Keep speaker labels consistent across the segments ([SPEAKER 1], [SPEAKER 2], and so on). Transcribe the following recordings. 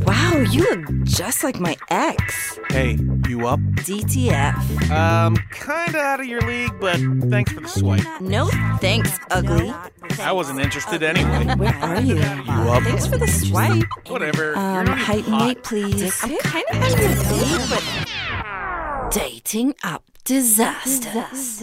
[SPEAKER 1] Wow, you look just like my ex.
[SPEAKER 2] Hey, you up?
[SPEAKER 1] DTF.
[SPEAKER 2] Um, kinda out of your league, but thanks for the swipe.
[SPEAKER 1] No thanks, ugly.
[SPEAKER 2] I wasn't interested anyway.
[SPEAKER 1] Where are you?
[SPEAKER 2] up?
[SPEAKER 1] Thanks for the swipe.
[SPEAKER 2] Whatever. You're
[SPEAKER 1] Um,
[SPEAKER 2] not even
[SPEAKER 1] height and
[SPEAKER 2] hot.
[SPEAKER 1] weight, please. I'm kind of out of the league, but dating up disasters.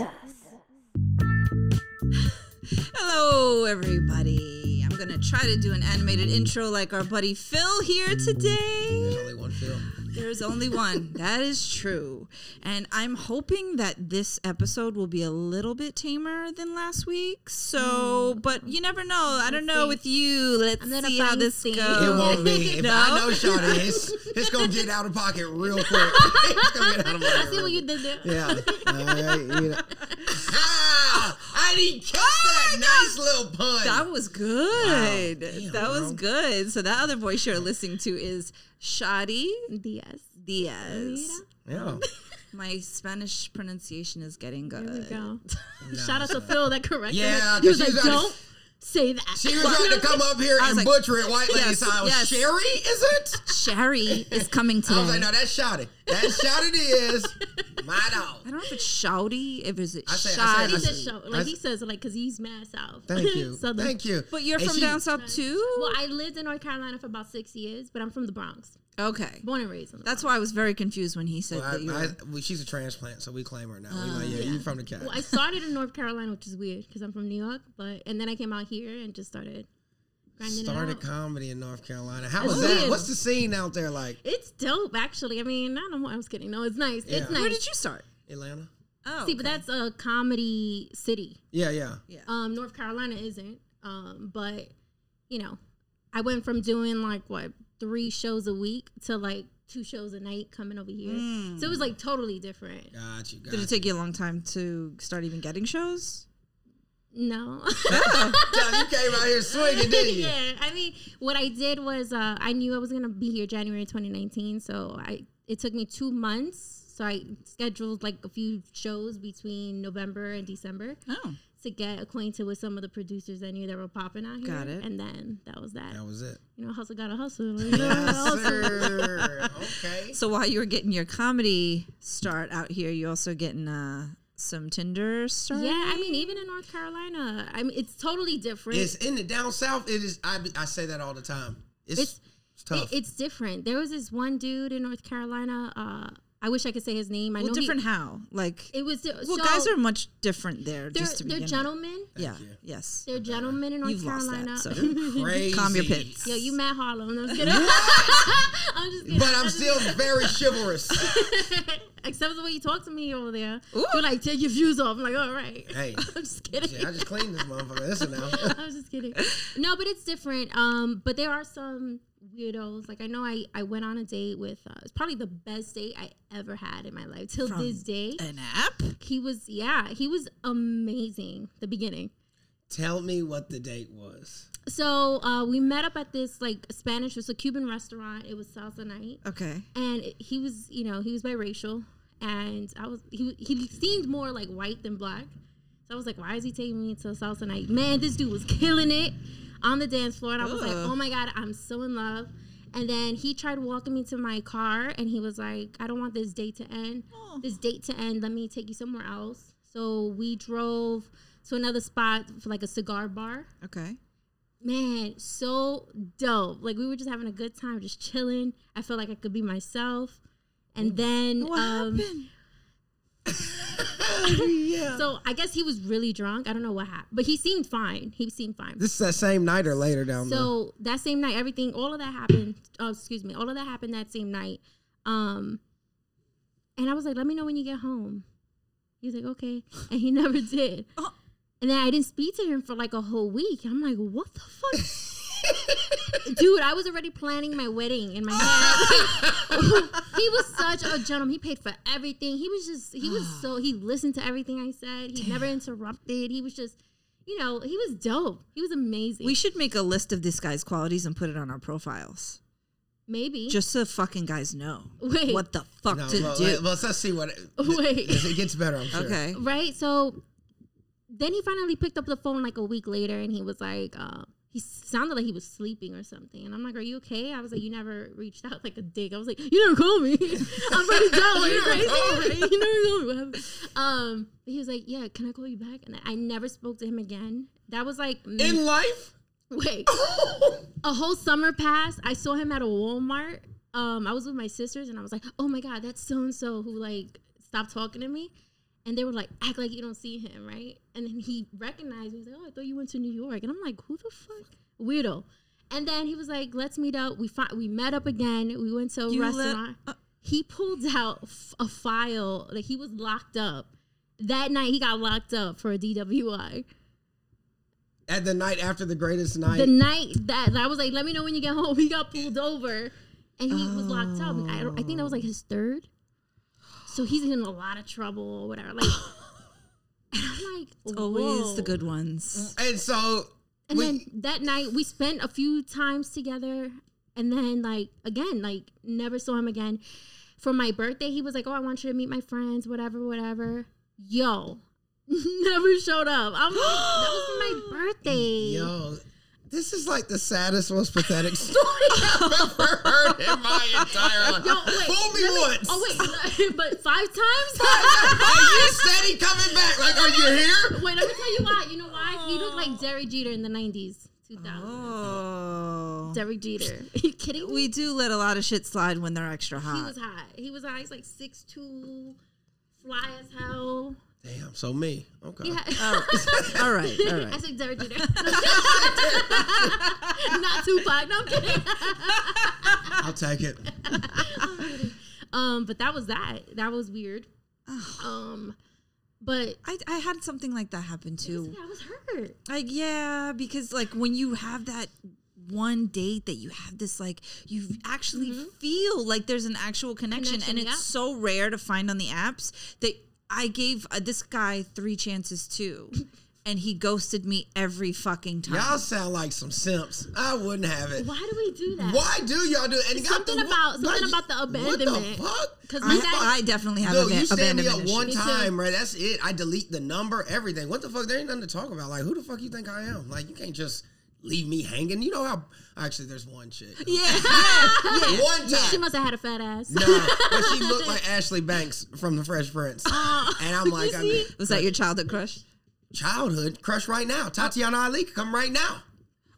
[SPEAKER 3] Hello, everybody. I'm gonna try to do an animated intro like our buddy Phil here today.
[SPEAKER 4] Mm, Only one Phil.
[SPEAKER 3] There's only one. That is true. And I'm hoping that this episode will be a little bit tamer than last week.
[SPEAKER 4] Mm.
[SPEAKER 3] So, but you never know. I don't know with you. Let's
[SPEAKER 5] gonna
[SPEAKER 3] see how
[SPEAKER 5] find
[SPEAKER 3] this
[SPEAKER 5] things.
[SPEAKER 3] goes.
[SPEAKER 5] It
[SPEAKER 4] It won't be. If
[SPEAKER 3] No?
[SPEAKER 4] I know Shawty, it's, it's going to get out of pocket real quick. it's going to get out of pocket.
[SPEAKER 5] See
[SPEAKER 4] real
[SPEAKER 5] what you
[SPEAKER 4] quick.
[SPEAKER 5] did there?
[SPEAKER 4] Yeah. Uh, you know. Oh Ah, I didn't catch that nice little pun.
[SPEAKER 3] That was good.
[SPEAKER 4] Damn,
[SPEAKER 3] that was
[SPEAKER 4] bro.
[SPEAKER 3] good. So that other voice you're listening to is Shadi
[SPEAKER 5] Diaz.
[SPEAKER 3] Diaz.
[SPEAKER 4] yeah.
[SPEAKER 3] My Spanish pronunciation is getting good.
[SPEAKER 5] There we go. Shout out to Phil that corrected
[SPEAKER 4] Yeah,
[SPEAKER 5] her. He
[SPEAKER 4] 'cause
[SPEAKER 5] was
[SPEAKER 4] she
[SPEAKER 5] like,
[SPEAKER 4] was trying to-
[SPEAKER 5] don't say that.
[SPEAKER 4] She was trying to come up here
[SPEAKER 3] I was
[SPEAKER 4] and
[SPEAKER 3] like,
[SPEAKER 4] butcher it white lady
[SPEAKER 3] yes,
[SPEAKER 4] style.
[SPEAKER 3] yes.
[SPEAKER 4] Sherry, is it?
[SPEAKER 3] Shari is coming
[SPEAKER 4] I was like,
[SPEAKER 3] today.
[SPEAKER 4] no, that's Shawty. That's Shawty is my
[SPEAKER 3] I
[SPEAKER 4] dog.
[SPEAKER 3] don't know if it's Shouty, if it's
[SPEAKER 4] I say- I
[SPEAKER 3] Shoddy.
[SPEAKER 4] say- I say-
[SPEAKER 5] Just show, like
[SPEAKER 4] I-
[SPEAKER 5] he says, like, because he's mad south.
[SPEAKER 4] Thank you.
[SPEAKER 5] Southern.
[SPEAKER 4] Thank you.
[SPEAKER 3] But you're
[SPEAKER 4] And
[SPEAKER 3] from
[SPEAKER 4] she-
[SPEAKER 3] down south too?
[SPEAKER 5] Well, I lived in North Carolina for about six years, but I'm from the Bronx,
[SPEAKER 3] Okay.
[SPEAKER 5] born and raised. In the
[SPEAKER 3] That's why I was very confused when he said
[SPEAKER 4] Well, I,
[SPEAKER 3] that you
[SPEAKER 4] I,
[SPEAKER 3] were.
[SPEAKER 4] well, she's a transplant, so we claim her now. we like, Oh, yeah, you from the cat.
[SPEAKER 5] Bronx. Well, I started in North Carolina, which is weird because I'm from New York, but and then I came out here and just started grinding it
[SPEAKER 4] started
[SPEAKER 5] out.
[SPEAKER 4] comedy in North Carolina. How
[SPEAKER 5] That's
[SPEAKER 4] was that?
[SPEAKER 5] weird.
[SPEAKER 4] What's the scene out there like?
[SPEAKER 5] it's dope, actually. I mean, I don't know. I was kidding. No, it's nice.
[SPEAKER 4] Yeah.
[SPEAKER 5] It's nice.
[SPEAKER 3] Where did you start?
[SPEAKER 4] Atlanta?
[SPEAKER 3] Oh.
[SPEAKER 5] See, but that's a comedy city.
[SPEAKER 4] Yeah, yeah.
[SPEAKER 5] Um, North Carolina isn't. Um, but you know, I went from doing like what three shows a week to like two shows a night coming over here.
[SPEAKER 3] Mm.
[SPEAKER 5] So it was like totally different.
[SPEAKER 4] Got you. Got
[SPEAKER 3] Did
[SPEAKER 4] you.
[SPEAKER 3] it take you a long time to start even getting shows?
[SPEAKER 5] No.
[SPEAKER 4] Tell you came out here swinging, didn't you?
[SPEAKER 5] yeah. I mean, what I did was uh, I knew I was gonna be here January 2019, so I it took me two months. So I scheduled like a few shows between November and December
[SPEAKER 3] Oh.
[SPEAKER 5] to get acquainted with some of the producers I knew that were popping out here.
[SPEAKER 3] Got it.
[SPEAKER 5] And then that was that.
[SPEAKER 4] That was it.
[SPEAKER 5] you know, hustle gotta hustle. You know, gotta
[SPEAKER 4] Yes,
[SPEAKER 5] hustle.
[SPEAKER 4] sir. Okay.
[SPEAKER 3] So while you were getting your comedy start out here, you also getting uh, some Tinder start?
[SPEAKER 5] Yeah, I mean, even in North Carolina, I mean, it's totally different.
[SPEAKER 4] It's in the down south. It is. I, I say that all the time. It's, it's,
[SPEAKER 5] It's-
[SPEAKER 4] tough.
[SPEAKER 5] It- it's different. There was this one dude in North Carolina. Uh, I wish I could say his name. I
[SPEAKER 3] Well,
[SPEAKER 5] know he-
[SPEAKER 3] different how? Like,
[SPEAKER 5] it was
[SPEAKER 3] well,
[SPEAKER 5] so
[SPEAKER 3] guys are much different
[SPEAKER 5] They're,
[SPEAKER 3] there. just to
[SPEAKER 5] they're
[SPEAKER 3] begin with.
[SPEAKER 5] gentlemen.
[SPEAKER 3] Yeah.
[SPEAKER 4] you.
[SPEAKER 3] Yes.
[SPEAKER 5] They're gentlemen in North
[SPEAKER 3] You've lost
[SPEAKER 5] Carolina.
[SPEAKER 3] that. So.
[SPEAKER 4] Crazy.
[SPEAKER 3] Calm your pits.
[SPEAKER 5] Yo, you Matt Harlem. I'm just kidding. I'm just kidding.
[SPEAKER 4] But I'm still very chivalrous.
[SPEAKER 5] Except for the way you talk to me over there.
[SPEAKER 3] Ooh.
[SPEAKER 5] You're like, take your views off. I'm like, all right.
[SPEAKER 4] Hey.
[SPEAKER 5] I'm just kidding.
[SPEAKER 4] Shit, I just cleaned this motherfucker. Listen now.
[SPEAKER 5] I was just kidding. No, but it's different. Um, but there are some weirdos. Like I know I I went on a date with uh, it's probably the best date I ever had in my life till
[SPEAKER 3] From
[SPEAKER 5] this day.
[SPEAKER 3] An app?
[SPEAKER 5] He was yeah, he was amazing. The beginning.
[SPEAKER 4] Tell me what the date was.
[SPEAKER 5] So uh, we met up at this like Spanish. It was a Cuban restaurant. It was salsa night,
[SPEAKER 3] Okay.
[SPEAKER 5] and it- he was you know he was biracial, and I was he he seemed more like white than black. So I was like, why is he taking me to salsa night? Man, this dude was killing it on the dance floor, and I was like,
[SPEAKER 3] Ugh.
[SPEAKER 5] oh my god, I'm so in love. And then he tried walking me to my car, and he was like, I don't want this date to end.
[SPEAKER 3] Oh.
[SPEAKER 5] This date to end. Let me take you somewhere else. So we drove to another spot for like a cigar bar
[SPEAKER 3] Okay.
[SPEAKER 5] man, so dope. Like we were just having a good time, just chilling. I felt like I could be myself. And then
[SPEAKER 3] What
[SPEAKER 5] um,
[SPEAKER 3] happened?
[SPEAKER 4] yeah.
[SPEAKER 5] so I guess he was really drunk. I don't know what happened, but he seemed fine. He seemed fine.
[SPEAKER 4] This is that same night or later
[SPEAKER 3] Um,
[SPEAKER 4] down there.
[SPEAKER 5] So that same night, everything, all of that happened. Oh, excuse me, all of that happened that same night. Um, and I was like, "Let me know when you get home." He's like, "Okay," and he never did.
[SPEAKER 3] Oh.
[SPEAKER 5] And then I didn't speak to him for like a whole week. I'm like, "What the fuck?" Dude, I was already planning my wedding in my head. he was such a gentleman. He paid for everything. He was just, he was so, he listened to everything I said. He never interrupted. He was just, you know, he was dope. He was amazing.
[SPEAKER 3] We should make a list of this guy's qualities and put it on our profiles.
[SPEAKER 5] Maybe.
[SPEAKER 3] Just so fucking guys know
[SPEAKER 5] Wait.
[SPEAKER 3] what the fuck
[SPEAKER 4] No,
[SPEAKER 3] to
[SPEAKER 4] well,
[SPEAKER 3] do.
[SPEAKER 4] let- well, let's see what. It,
[SPEAKER 5] Wait.
[SPEAKER 4] It gets better, I'm sure.
[SPEAKER 3] okay.
[SPEAKER 5] Mm, right? So then he finally picked up the phone like a week later and he was like, uh, he sounded like he was sleeping or something. And I'm like, Are you okay? I was like, You never reached out like a dick. I was like, You never called me. I'm pretty dumb. Are you crazy? you never called me. What happened? Um, he was like, Yeah, can I call you back? And I never spoke to him again. That was like, mm,
[SPEAKER 4] In life?
[SPEAKER 5] wait, a whole summer passed. I saw him at a Walmart. Um, I was with my sisters and I was like, Oh my God, that's so and so who like stopped talking to me. And they were like, act like you don't see him, right? And then he recognized me. He was like, oh, I thought you went to New York. And I'm like, who the fuck? Weirdo. And then he was like, let's meet up. We fi- we met up again. We went to a
[SPEAKER 3] You let-
[SPEAKER 5] restaurant.
[SPEAKER 3] uh-
[SPEAKER 5] he pulled out f- a file. Like, he was locked up. That night, he got locked up for a DWI.
[SPEAKER 4] At the night after the greatest night.
[SPEAKER 5] The night that, that I was like, let me know when you get home, he got pulled over and he was locked up. I, don't, I think that was like his third. So he's in a lot of trouble or whatever. Like, and I'm like,
[SPEAKER 3] Always
[SPEAKER 5] whoa.
[SPEAKER 3] the good ones.
[SPEAKER 4] and so
[SPEAKER 5] And
[SPEAKER 4] Wait.
[SPEAKER 5] then that night we spent a few times together, and then like again, like never saw him again. For my birthday, he was like, "Oh, I want you to meet my friends, whatever, whatever." Yo, never showed up. I'm like, that was for my birthday.
[SPEAKER 4] Yo, this is like the saddest, most pathetic story I've ever heard in my entire life.
[SPEAKER 5] Yo, wait,
[SPEAKER 4] Fool me
[SPEAKER 5] let me-
[SPEAKER 4] once.
[SPEAKER 5] Oh wait, but five times.
[SPEAKER 4] Are you steady coming back? Like, are you here?
[SPEAKER 5] wait, let me tell you why. You know why? He looked like Derek Jeter in the '90s, 2000.
[SPEAKER 3] Oh.
[SPEAKER 5] Derek Jeter. Are you kidding me?
[SPEAKER 3] We do let a lot of shit slide when they're extra hot.
[SPEAKER 5] He was high. He was high. He's like six two, fly as hell.
[SPEAKER 4] Damn, so me. Okay.
[SPEAKER 5] Yeah.
[SPEAKER 3] all right, all
[SPEAKER 5] I
[SPEAKER 3] right.
[SPEAKER 5] said Derek Jeter. Not Tupac. No, I'm kidding.
[SPEAKER 4] I'll take it.
[SPEAKER 5] Um, but that was that. That was weird. Um, but
[SPEAKER 3] I, I had something like that happen too.
[SPEAKER 5] yeah, I was hurt.
[SPEAKER 3] Like, yeah, because like when you have that one date that you have this like you actually feel like there's an actual connection,
[SPEAKER 5] Mm-hmm. Connection,
[SPEAKER 3] and it's
[SPEAKER 5] yeah.
[SPEAKER 3] so rare to find on the apps that I gave uh, this guy three chances too, and he ghosted me every fucking time.
[SPEAKER 4] Y'all sound like some simps. I wouldn't have it.
[SPEAKER 5] Why do we do that?
[SPEAKER 4] Why do y'all do it? And got
[SPEAKER 5] Something
[SPEAKER 4] the-
[SPEAKER 5] about-
[SPEAKER 4] why
[SPEAKER 5] something
[SPEAKER 4] you-
[SPEAKER 5] about the abandonment.
[SPEAKER 4] What the fuck?
[SPEAKER 5] Because
[SPEAKER 3] I,
[SPEAKER 5] my dad,
[SPEAKER 3] I definitely have
[SPEAKER 4] Dude,
[SPEAKER 3] aban-
[SPEAKER 4] you stand me
[SPEAKER 3] abandonment
[SPEAKER 4] up
[SPEAKER 3] issues.
[SPEAKER 4] one
[SPEAKER 5] Me too.
[SPEAKER 4] time, right? That's it. I delete the number, everything. What the fuck? There ain't nothing to talk about. Like, who the fuck you think I am? Like, you can't just leave me hanging. You know how? Actually, there's one chick.
[SPEAKER 3] Yeah, yeah, yeah.
[SPEAKER 4] One
[SPEAKER 5] she
[SPEAKER 4] time.
[SPEAKER 5] must have had a fat ass.
[SPEAKER 4] No, but she looked like Ashley Banks from The Fresh Prince.
[SPEAKER 3] Uh,
[SPEAKER 4] and I'm like, I mean,
[SPEAKER 3] Was that your childhood crush?
[SPEAKER 4] childhood crush right now. Tatiana Ali, come right now.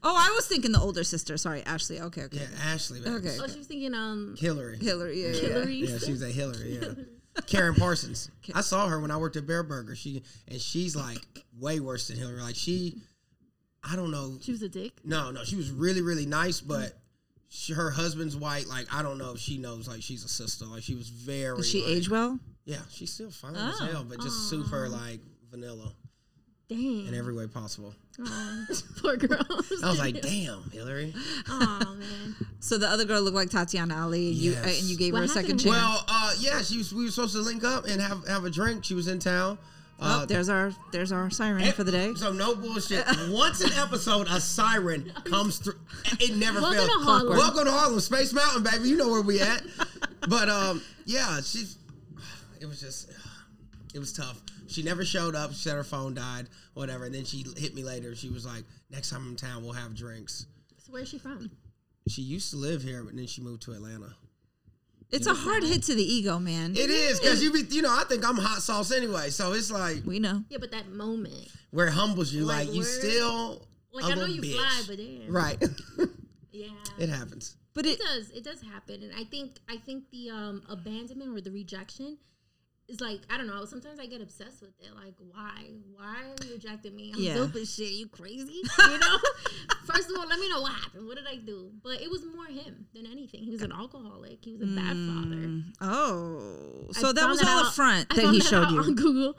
[SPEAKER 3] Oh, I was thinking the older sister. Sorry, Ashley. Okay, okay.
[SPEAKER 4] Yeah, Ashley Banks.
[SPEAKER 3] Okay.
[SPEAKER 5] Oh, she was thinking, um,
[SPEAKER 4] Hillary.
[SPEAKER 3] Hillary. Yeah, yeah.
[SPEAKER 5] Hillary.
[SPEAKER 4] Yeah, she was at Hillary. Yeah. Karen Parsons. I saw her when I worked at Bear Burger. She and she's like way worse than Hillary. Like she, I don't know.
[SPEAKER 5] She was a dick.
[SPEAKER 4] No, no, she was really, really nice,
[SPEAKER 3] Mm.
[SPEAKER 4] but she, her husband's white. Like I don't know if she knows. Like she's a sister. Like she was very.
[SPEAKER 3] Does she
[SPEAKER 4] like-
[SPEAKER 3] age Oh, well?
[SPEAKER 4] Yeah, she's still fine as hell, but just super like vanilla in
[SPEAKER 5] Dang.
[SPEAKER 4] every way possible.
[SPEAKER 5] Aw, poor girl.
[SPEAKER 4] I was like, damn, Hillary.
[SPEAKER 5] oh man.
[SPEAKER 3] So the other girl looked like Tatiana Ali, and you
[SPEAKER 4] Yes.
[SPEAKER 3] uh, and you gave
[SPEAKER 5] What
[SPEAKER 3] her a second
[SPEAKER 5] happened?
[SPEAKER 3] chance.
[SPEAKER 4] Well, uh, yeah, she was. We were supposed to link up and have have a drink. She was in town.
[SPEAKER 3] oh,
[SPEAKER 4] Uh,
[SPEAKER 3] there's our there's our siren for the day.
[SPEAKER 4] So no bullshit. Once an episode, a siren comes through. It never
[SPEAKER 5] Welcome
[SPEAKER 4] fails.
[SPEAKER 5] to Harlem.
[SPEAKER 4] Welcome to Harlem, Space Mountain, baby. You know where we at. but um, yeah, she. It was just, it was tough. She never showed up. She said her phone died, whatever. And then she hit me later. She was like, "Next time I'm in town, we'll have drinks."
[SPEAKER 5] So where's she from?
[SPEAKER 4] She used to live here, but then she moved to Atlanta.
[SPEAKER 3] It's a hard hit to the ego, man.
[SPEAKER 4] It is because you be, you know, I think I'm hot sauce anyway. So it's like
[SPEAKER 3] we know.
[SPEAKER 5] Yeah, but that moment.
[SPEAKER 4] where it humbles you,
[SPEAKER 5] Like,
[SPEAKER 4] like, you
[SPEAKER 5] word.
[SPEAKER 4] still
[SPEAKER 5] Like
[SPEAKER 4] a
[SPEAKER 5] I know
[SPEAKER 4] little
[SPEAKER 5] you
[SPEAKER 4] bitch.
[SPEAKER 5] fly, but damn.
[SPEAKER 4] right.
[SPEAKER 5] Yeah.
[SPEAKER 4] it happens.
[SPEAKER 3] But
[SPEAKER 5] it
[SPEAKER 3] it
[SPEAKER 5] does it does happen and i think i think the um abandonment or the rejection is like i don't know sometimes i get obsessed with it like why why are you rejecting me i'm
[SPEAKER 3] Yeah.
[SPEAKER 5] dope as shit you crazy you know first of all let me know what happened what did i do but it was more him than anything he was an alcoholic he was a bad
[SPEAKER 4] Mm.
[SPEAKER 5] father
[SPEAKER 3] oh,
[SPEAKER 5] I
[SPEAKER 3] so that
[SPEAKER 5] found
[SPEAKER 3] was all a
[SPEAKER 5] out-
[SPEAKER 3] front
[SPEAKER 5] I
[SPEAKER 3] that
[SPEAKER 5] found
[SPEAKER 3] he showed
[SPEAKER 5] out
[SPEAKER 3] you.
[SPEAKER 5] on google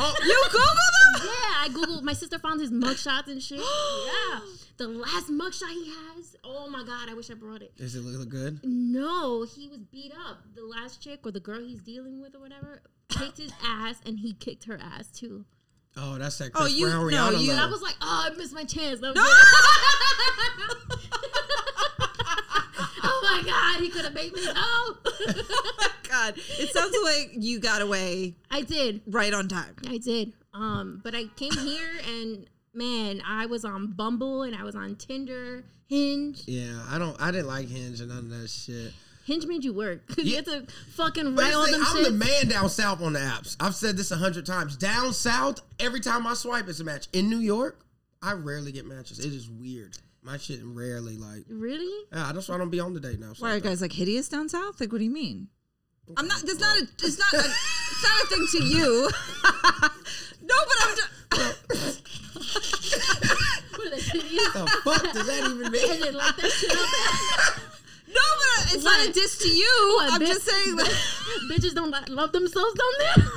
[SPEAKER 4] Oh,
[SPEAKER 3] you Google
[SPEAKER 5] yeah, I googled. My sister found his mugshots and shit. yeah, the last mugshot he has. Oh my god, I wish I brought it.
[SPEAKER 4] Does it look good?
[SPEAKER 5] No, he was beat up. The last chick or the girl he's dealing with or whatever kicked his ass, and he kicked her ass too.
[SPEAKER 4] Oh, that's that
[SPEAKER 3] Oh,
[SPEAKER 4] Chris oh,
[SPEAKER 3] you-
[SPEAKER 4] Brown
[SPEAKER 3] no,
[SPEAKER 4] Rihanna
[SPEAKER 3] you-
[SPEAKER 4] level.
[SPEAKER 5] And I was like, oh, I missed my chance. That was it. oh my god, he could have made me. Oh,
[SPEAKER 3] them. God, it sounds like you got away
[SPEAKER 5] I did.
[SPEAKER 3] right on time.
[SPEAKER 5] I did. Um, but I came here and man, I was on Bumble and I was on Tinder, Hinge.
[SPEAKER 4] Yeah, I don't. I didn't like Hinge and none of that shit.
[SPEAKER 5] Hinge made you work because
[SPEAKER 4] Yeah.
[SPEAKER 5] you had to fucking
[SPEAKER 4] But
[SPEAKER 5] write
[SPEAKER 4] it's
[SPEAKER 5] all
[SPEAKER 4] like,
[SPEAKER 5] them
[SPEAKER 4] I'm the
[SPEAKER 5] shit.
[SPEAKER 4] man down south on the apps. I've said this a hundred times. Down south, every time I swipe, it's a match. In New York, I rarely get matches. It is weird. My shit rarely like.
[SPEAKER 5] Really?
[SPEAKER 4] Yeah, that's why I don't be on the date now.
[SPEAKER 3] Why are you guys like hideous down south? Like, what do you mean? I'm not. That's not a. It's not. A, it's not a thing to you. no, but I'm. Just,
[SPEAKER 5] What are they, hideous?
[SPEAKER 4] the fuck does that even
[SPEAKER 5] and
[SPEAKER 4] mean?
[SPEAKER 5] then like that shit up.
[SPEAKER 3] no, but I- it's not a
[SPEAKER 5] What?
[SPEAKER 3] diss to you.
[SPEAKER 5] What,
[SPEAKER 3] I'm
[SPEAKER 5] bitch-
[SPEAKER 3] just saying. Like,
[SPEAKER 5] Bitches don't like, love themselves down there.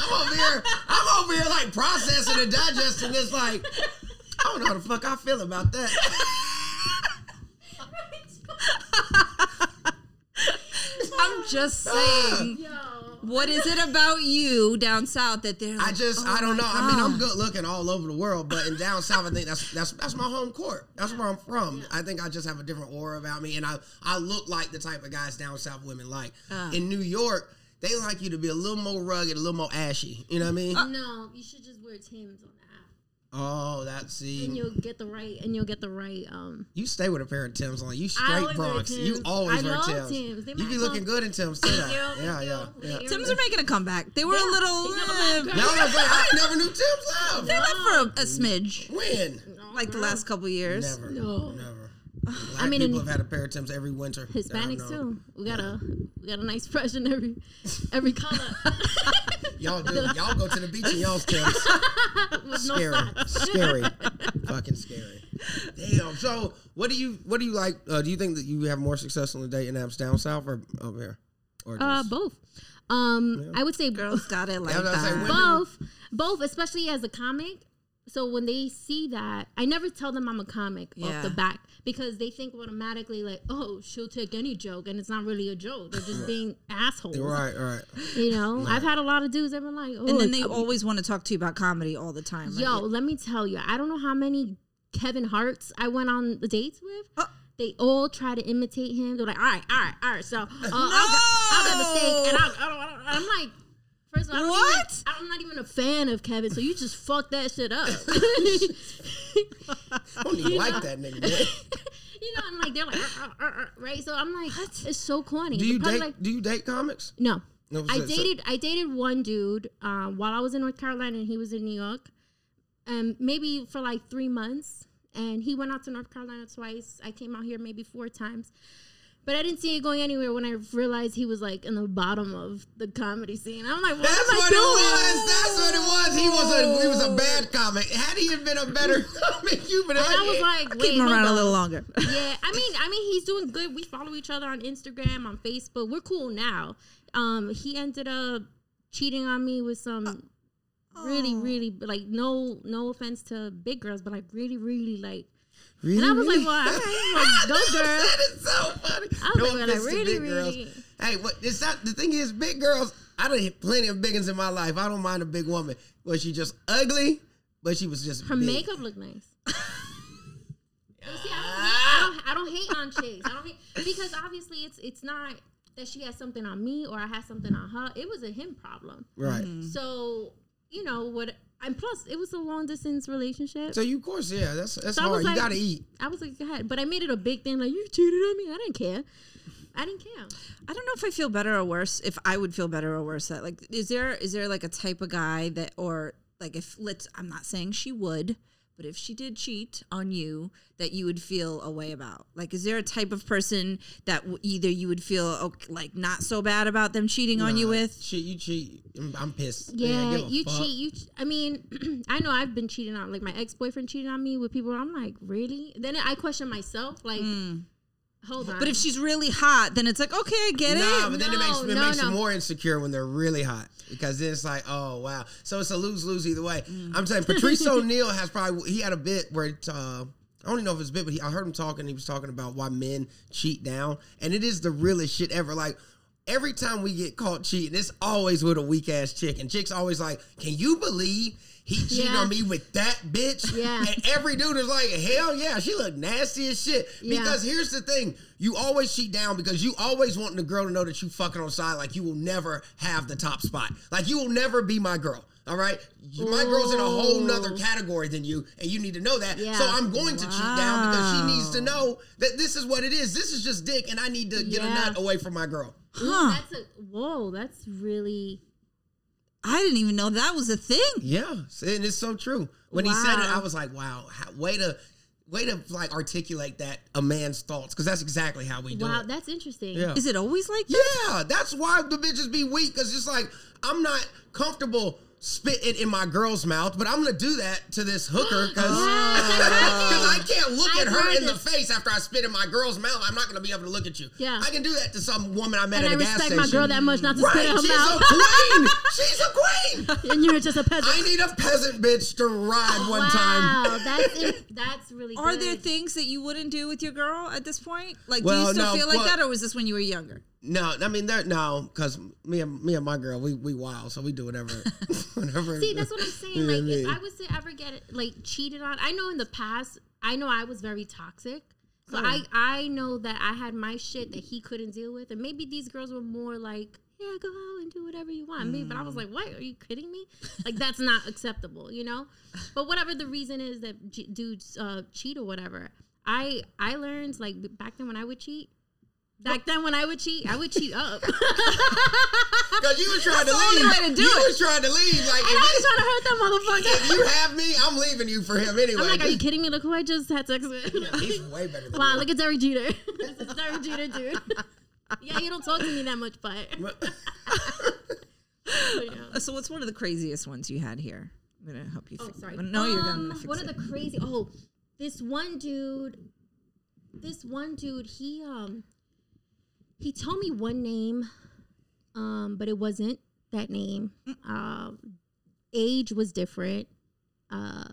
[SPEAKER 4] I'm over here. I'm over here like processing and digesting this. Like, I don't know how the fuck I feel about that.
[SPEAKER 3] I'm just saying. What is it about you down south that they're? Like,
[SPEAKER 4] I just,
[SPEAKER 3] "Oh
[SPEAKER 4] I don't know.
[SPEAKER 3] my
[SPEAKER 4] I mean, I'm
[SPEAKER 3] God."
[SPEAKER 4] good looking all over the world, but in down south, I think that's that's that's my home court. That's where I'm from. I think I just have a different aura about me, and I I look like the type of guys down south women like.
[SPEAKER 5] Uh.
[SPEAKER 4] In New York, they like you to be a little more rugged, a little more ashy. You know what I mean?
[SPEAKER 5] no, you should just wear Tim's on the app,
[SPEAKER 4] oh, that's
[SPEAKER 5] and
[SPEAKER 4] see.
[SPEAKER 5] you'll get the right, and you'll get the right. Um,
[SPEAKER 4] You stay with a pair of Tim's on. You
[SPEAKER 5] I
[SPEAKER 4] straight
[SPEAKER 5] always wear
[SPEAKER 4] Bronx. You
[SPEAKER 5] Timbs.
[SPEAKER 4] always
[SPEAKER 5] I
[SPEAKER 4] wear
[SPEAKER 5] love
[SPEAKER 4] Tim's.
[SPEAKER 5] Timbs. They
[SPEAKER 4] You
[SPEAKER 5] might
[SPEAKER 4] be
[SPEAKER 5] come-
[SPEAKER 4] looking good in Tim's too.
[SPEAKER 5] Thank
[SPEAKER 4] though.
[SPEAKER 5] you,
[SPEAKER 4] Yeah,
[SPEAKER 5] thank you.
[SPEAKER 4] yeah, yeah.
[SPEAKER 5] They
[SPEAKER 3] Tim's are making a comeback. They were a
[SPEAKER 5] Yeah,
[SPEAKER 3] little.
[SPEAKER 5] they
[SPEAKER 3] Uh,
[SPEAKER 5] got a
[SPEAKER 4] Y'all
[SPEAKER 5] background.
[SPEAKER 4] was like, I ain't never knew Tim's
[SPEAKER 3] they
[SPEAKER 4] love.
[SPEAKER 3] went for a, a smidge,
[SPEAKER 4] When?
[SPEAKER 3] like the last couple years.
[SPEAKER 4] Never.
[SPEAKER 5] No.
[SPEAKER 4] Never. Black
[SPEAKER 5] mean,
[SPEAKER 4] people
[SPEAKER 5] in-
[SPEAKER 4] have had a pair of Tim's every winter. that I
[SPEAKER 5] Hispanics
[SPEAKER 4] know.
[SPEAKER 5] too. We got a we got a nice fresh in every every color.
[SPEAKER 4] Y'all do. Y'all go to the beach in y'all's Tim's.
[SPEAKER 5] With no
[SPEAKER 4] Scary.
[SPEAKER 5] socks.
[SPEAKER 4] Scary. Fucking scary. Damn. So, what do you what do you like? Uh, do you think that you have more success on the dating apps down south or up here? Or
[SPEAKER 5] Uh, both. Um, I would say
[SPEAKER 3] Girls got it like
[SPEAKER 4] Yeah, I was
[SPEAKER 3] that.
[SPEAKER 4] gonna say, women-
[SPEAKER 5] both, both, especially as a comic. So when they see that, I never tell them I'm a comic off
[SPEAKER 3] Yeah.
[SPEAKER 5] the back because they think automatically like, oh, she'll take any joke, and it's not really a joke. They're just being assholes.
[SPEAKER 4] right, right.
[SPEAKER 5] You know, I've had a lot of dudes that were like, oh,
[SPEAKER 3] and then they
[SPEAKER 5] uh,
[SPEAKER 3] always want to talk to you about comedy all the time. Like,
[SPEAKER 5] yo, let me tell you, I don't know how many Kevin Hart's I went on dates with.
[SPEAKER 3] Oh.
[SPEAKER 5] They all try to imitate him. They're like, all right, all right, all right. So uh, I'll, get, I'll get a
[SPEAKER 3] No!
[SPEAKER 5] steak, and I'll, I don't, I don't, I'm like. First of all, I don't
[SPEAKER 3] What?
[SPEAKER 5] Even, I'm not even a fan of Kevin, so you just fucked that shit up.
[SPEAKER 4] I don't even like that nigga. man.
[SPEAKER 5] you know, I'm like, they're like, "Uh, uh, uh, uh," right? So I'm like, it's so corny.
[SPEAKER 4] Do
[SPEAKER 5] They're
[SPEAKER 4] you
[SPEAKER 5] probably
[SPEAKER 4] date
[SPEAKER 5] like-
[SPEAKER 4] do you date comics?
[SPEAKER 5] No.
[SPEAKER 4] No,
[SPEAKER 5] I
[SPEAKER 4] so- so-
[SPEAKER 5] dated I dated one dude um, while I was in North Carolina and he was in New York, um, maybe for like three months. And he went out to North Carolina twice. I came out here maybe four times, but I didn't see it going anywhere. When I realized he was like in the bottom of the comedy scene, I'm like, what
[SPEAKER 4] That's
[SPEAKER 5] am I
[SPEAKER 4] what it was.
[SPEAKER 5] doing?
[SPEAKER 4] That's what it was. He was a he was a bad comic. Had he been a better comic, you would have.
[SPEAKER 5] And I was like, wait,
[SPEAKER 3] keep him
[SPEAKER 5] hold
[SPEAKER 3] around a
[SPEAKER 5] on.
[SPEAKER 3] little longer.
[SPEAKER 5] yeah, I mean, I mean, he's doing good. We follow each other on Instagram, on Facebook. We're cool now. Um, he ended up cheating on me with some really, really like no, no offense to big girls, but like really, really like. And I was like, well, all right, well, go girl.
[SPEAKER 4] that is so funny.
[SPEAKER 5] I was
[SPEAKER 4] no
[SPEAKER 5] like, well, like,
[SPEAKER 4] offense to
[SPEAKER 5] really,
[SPEAKER 4] big
[SPEAKER 5] really.
[SPEAKER 4] girls. Hey, what? It's not the thing is, big girls. I done hit plenty of biggins in my life. I don't mind a big woman. Was she just ugly? But she was just
[SPEAKER 5] Her
[SPEAKER 4] big.
[SPEAKER 5] makeup looked nice. But see, I, don't, I, don't, I don't hate on chicks. I don't hate because obviously it's it's not that she has something on me or I had something on her. It was a him problem.
[SPEAKER 4] Right.
[SPEAKER 5] So you know what? And plus, it was a long distance relationship.
[SPEAKER 4] So you, of course, yeah. That's that's
[SPEAKER 5] So I
[SPEAKER 4] hard.
[SPEAKER 5] was
[SPEAKER 4] you
[SPEAKER 5] like-
[SPEAKER 4] gotta eat.
[SPEAKER 5] I was like, God, but I made it a big thing. Like you cheated on me. I didn't care. I didn't care.
[SPEAKER 3] I don't know if I feel better or worse. If I would feel better or worse, that like is there is there like a type of guy that or like if let's I'm not saying she would, but if she did cheat on you, that you would feel a way about. Like, is there a type of person that w- either you would feel okay, like not so bad about them cheating on you
[SPEAKER 4] Nah,
[SPEAKER 3] with?
[SPEAKER 4] shit. You cheat. I'm, I'm pissed.
[SPEAKER 5] Yeah,
[SPEAKER 4] Man, give a
[SPEAKER 5] you
[SPEAKER 4] fuck.
[SPEAKER 5] cheat. You. ch- I mean, I know I've been cheating on. Like my ex boyfriend cheated on me with people. I'm like, really? Then I question myself. Like,
[SPEAKER 4] Hmm.
[SPEAKER 5] hold on.
[SPEAKER 3] But if she's really hot, then it's like okay, I get
[SPEAKER 4] Nah,
[SPEAKER 3] it.
[SPEAKER 4] but then it makes,
[SPEAKER 5] No,
[SPEAKER 4] it
[SPEAKER 5] no,
[SPEAKER 4] makes you
[SPEAKER 5] no.
[SPEAKER 4] more insecure when they're really hot because then it's like, oh wow. So it's a lose lose either way.
[SPEAKER 5] Mm.
[SPEAKER 4] I'm saying Patrice O'Neill has probably he had a bit where it, uh, I don't even know if it's a bit, but he, I heard him talking. He was talking about why men cheat down, and it is the realest shit ever. Like. Every time we get caught cheating, it's always with a weak ass chick. And chicks always like, Can you believe he cheated
[SPEAKER 5] Yeah.
[SPEAKER 4] on me with that bitch?
[SPEAKER 5] Yeah.
[SPEAKER 4] And every dude is like, Hell yeah, she look nasty as shit.
[SPEAKER 5] Yeah.
[SPEAKER 4] Because here's the thing: you always cheat down because you always want the girl to know that you fucking on side. Like you will never have the top spot. Like you will never be my girl. All right. You- My girl's in a whole nother category than you, and you need to know that.
[SPEAKER 5] Yeah.
[SPEAKER 4] So I'm going to cheat down because she needs to
[SPEAKER 3] Wow.
[SPEAKER 4] know that this is what it is. This is just dick, and I need to get a
[SPEAKER 5] Yeah.
[SPEAKER 4] nut away from my girl.
[SPEAKER 3] Huh.
[SPEAKER 5] That's a whoa. That's really
[SPEAKER 3] I didn't even know that was a thing.
[SPEAKER 4] Yeah, and it's so true. When he said it,
[SPEAKER 3] Wow.
[SPEAKER 4] I was like, "Wow, how, way to, way to like articulate that a man's thoughts," because that's exactly how we do
[SPEAKER 5] wow.
[SPEAKER 4] it.
[SPEAKER 5] That's interesting.
[SPEAKER 4] Yeah.
[SPEAKER 3] Is it always like that?
[SPEAKER 4] yeah, that's why the bitches be weak, because it's like I'm not comfortable spitting in my girl's mouth, but I'm gonna do that to this hooker because I can't look
[SPEAKER 5] I've
[SPEAKER 4] at her
[SPEAKER 5] heard
[SPEAKER 4] in the
[SPEAKER 5] this.
[SPEAKER 4] face after I spit in my girl's mouth. I'm not gonna be able to look at you.
[SPEAKER 5] Yeah.
[SPEAKER 4] I can do that to some woman I met
[SPEAKER 5] And
[SPEAKER 4] at
[SPEAKER 5] I
[SPEAKER 4] a gas
[SPEAKER 5] respect
[SPEAKER 4] station.
[SPEAKER 5] my girl that much not to
[SPEAKER 4] right,
[SPEAKER 5] spit in her
[SPEAKER 4] she's
[SPEAKER 5] mouth.
[SPEAKER 4] a queen. she's a queen.
[SPEAKER 5] and you're just a
[SPEAKER 4] I
[SPEAKER 5] peasant.
[SPEAKER 4] need a peasant bitch to ride one time.
[SPEAKER 5] Oh, Wow. That's in- that's really.
[SPEAKER 3] Are
[SPEAKER 5] good.
[SPEAKER 3] there things that you wouldn't do with your girl at this point? Like, do
[SPEAKER 4] Well,
[SPEAKER 3] you still
[SPEAKER 4] no,
[SPEAKER 3] feel like
[SPEAKER 4] well-
[SPEAKER 3] that, or was this when you were younger?
[SPEAKER 4] No, I mean there no, because me and me and my girl, we we wild, so we do whatever, whatever.
[SPEAKER 5] See, that's what I'm saying. Like,
[SPEAKER 4] You know what I
[SPEAKER 5] if
[SPEAKER 4] mean?
[SPEAKER 5] I was to ever get like cheated on, I know in the past, I know I was very toxic. So
[SPEAKER 4] Uh-huh.
[SPEAKER 5] I, I know that I had my shit that he couldn't deal with, and maybe these girls were more like, "Yeah, go out and do whatever you want." Me, but
[SPEAKER 4] Mm.
[SPEAKER 5] I was like, "What? Are you kidding me? Like that's not acceptable," you know. But whatever the reason is that g- dudes uh, cheat or whatever, I I learned like back then when I would cheat, back then when I would cheat, I would cheat up.
[SPEAKER 4] Because you was trying to
[SPEAKER 3] the only
[SPEAKER 4] leave.
[SPEAKER 3] way to do
[SPEAKER 4] you
[SPEAKER 3] it.
[SPEAKER 4] was trying to leave. Like
[SPEAKER 5] and I was
[SPEAKER 4] if,
[SPEAKER 5] trying to hurt that motherfucker.
[SPEAKER 4] it- if you have me, I'm leaving you for him anyway.
[SPEAKER 5] I'm like, are you kidding me? Look who I just had sex with.
[SPEAKER 4] He's way better than
[SPEAKER 5] wow,
[SPEAKER 4] you.
[SPEAKER 5] look at Derek Jeter. this is Derek Jeter, dude. yeah, you don't talk to me that much, but you know.
[SPEAKER 3] Uh, So, what's one of the craziest ones you had here? I'm gonna help you.
[SPEAKER 5] Oh,
[SPEAKER 3] fix
[SPEAKER 5] sorry.
[SPEAKER 3] It. No, you're
[SPEAKER 5] Um,
[SPEAKER 3] gonna fix
[SPEAKER 5] What
[SPEAKER 3] it.
[SPEAKER 5] are the crazy? Oh, this one dude. This one dude. He um. He told me one name, um, but it wasn't that name.
[SPEAKER 3] Mm.
[SPEAKER 5] Um, age was different. Uh,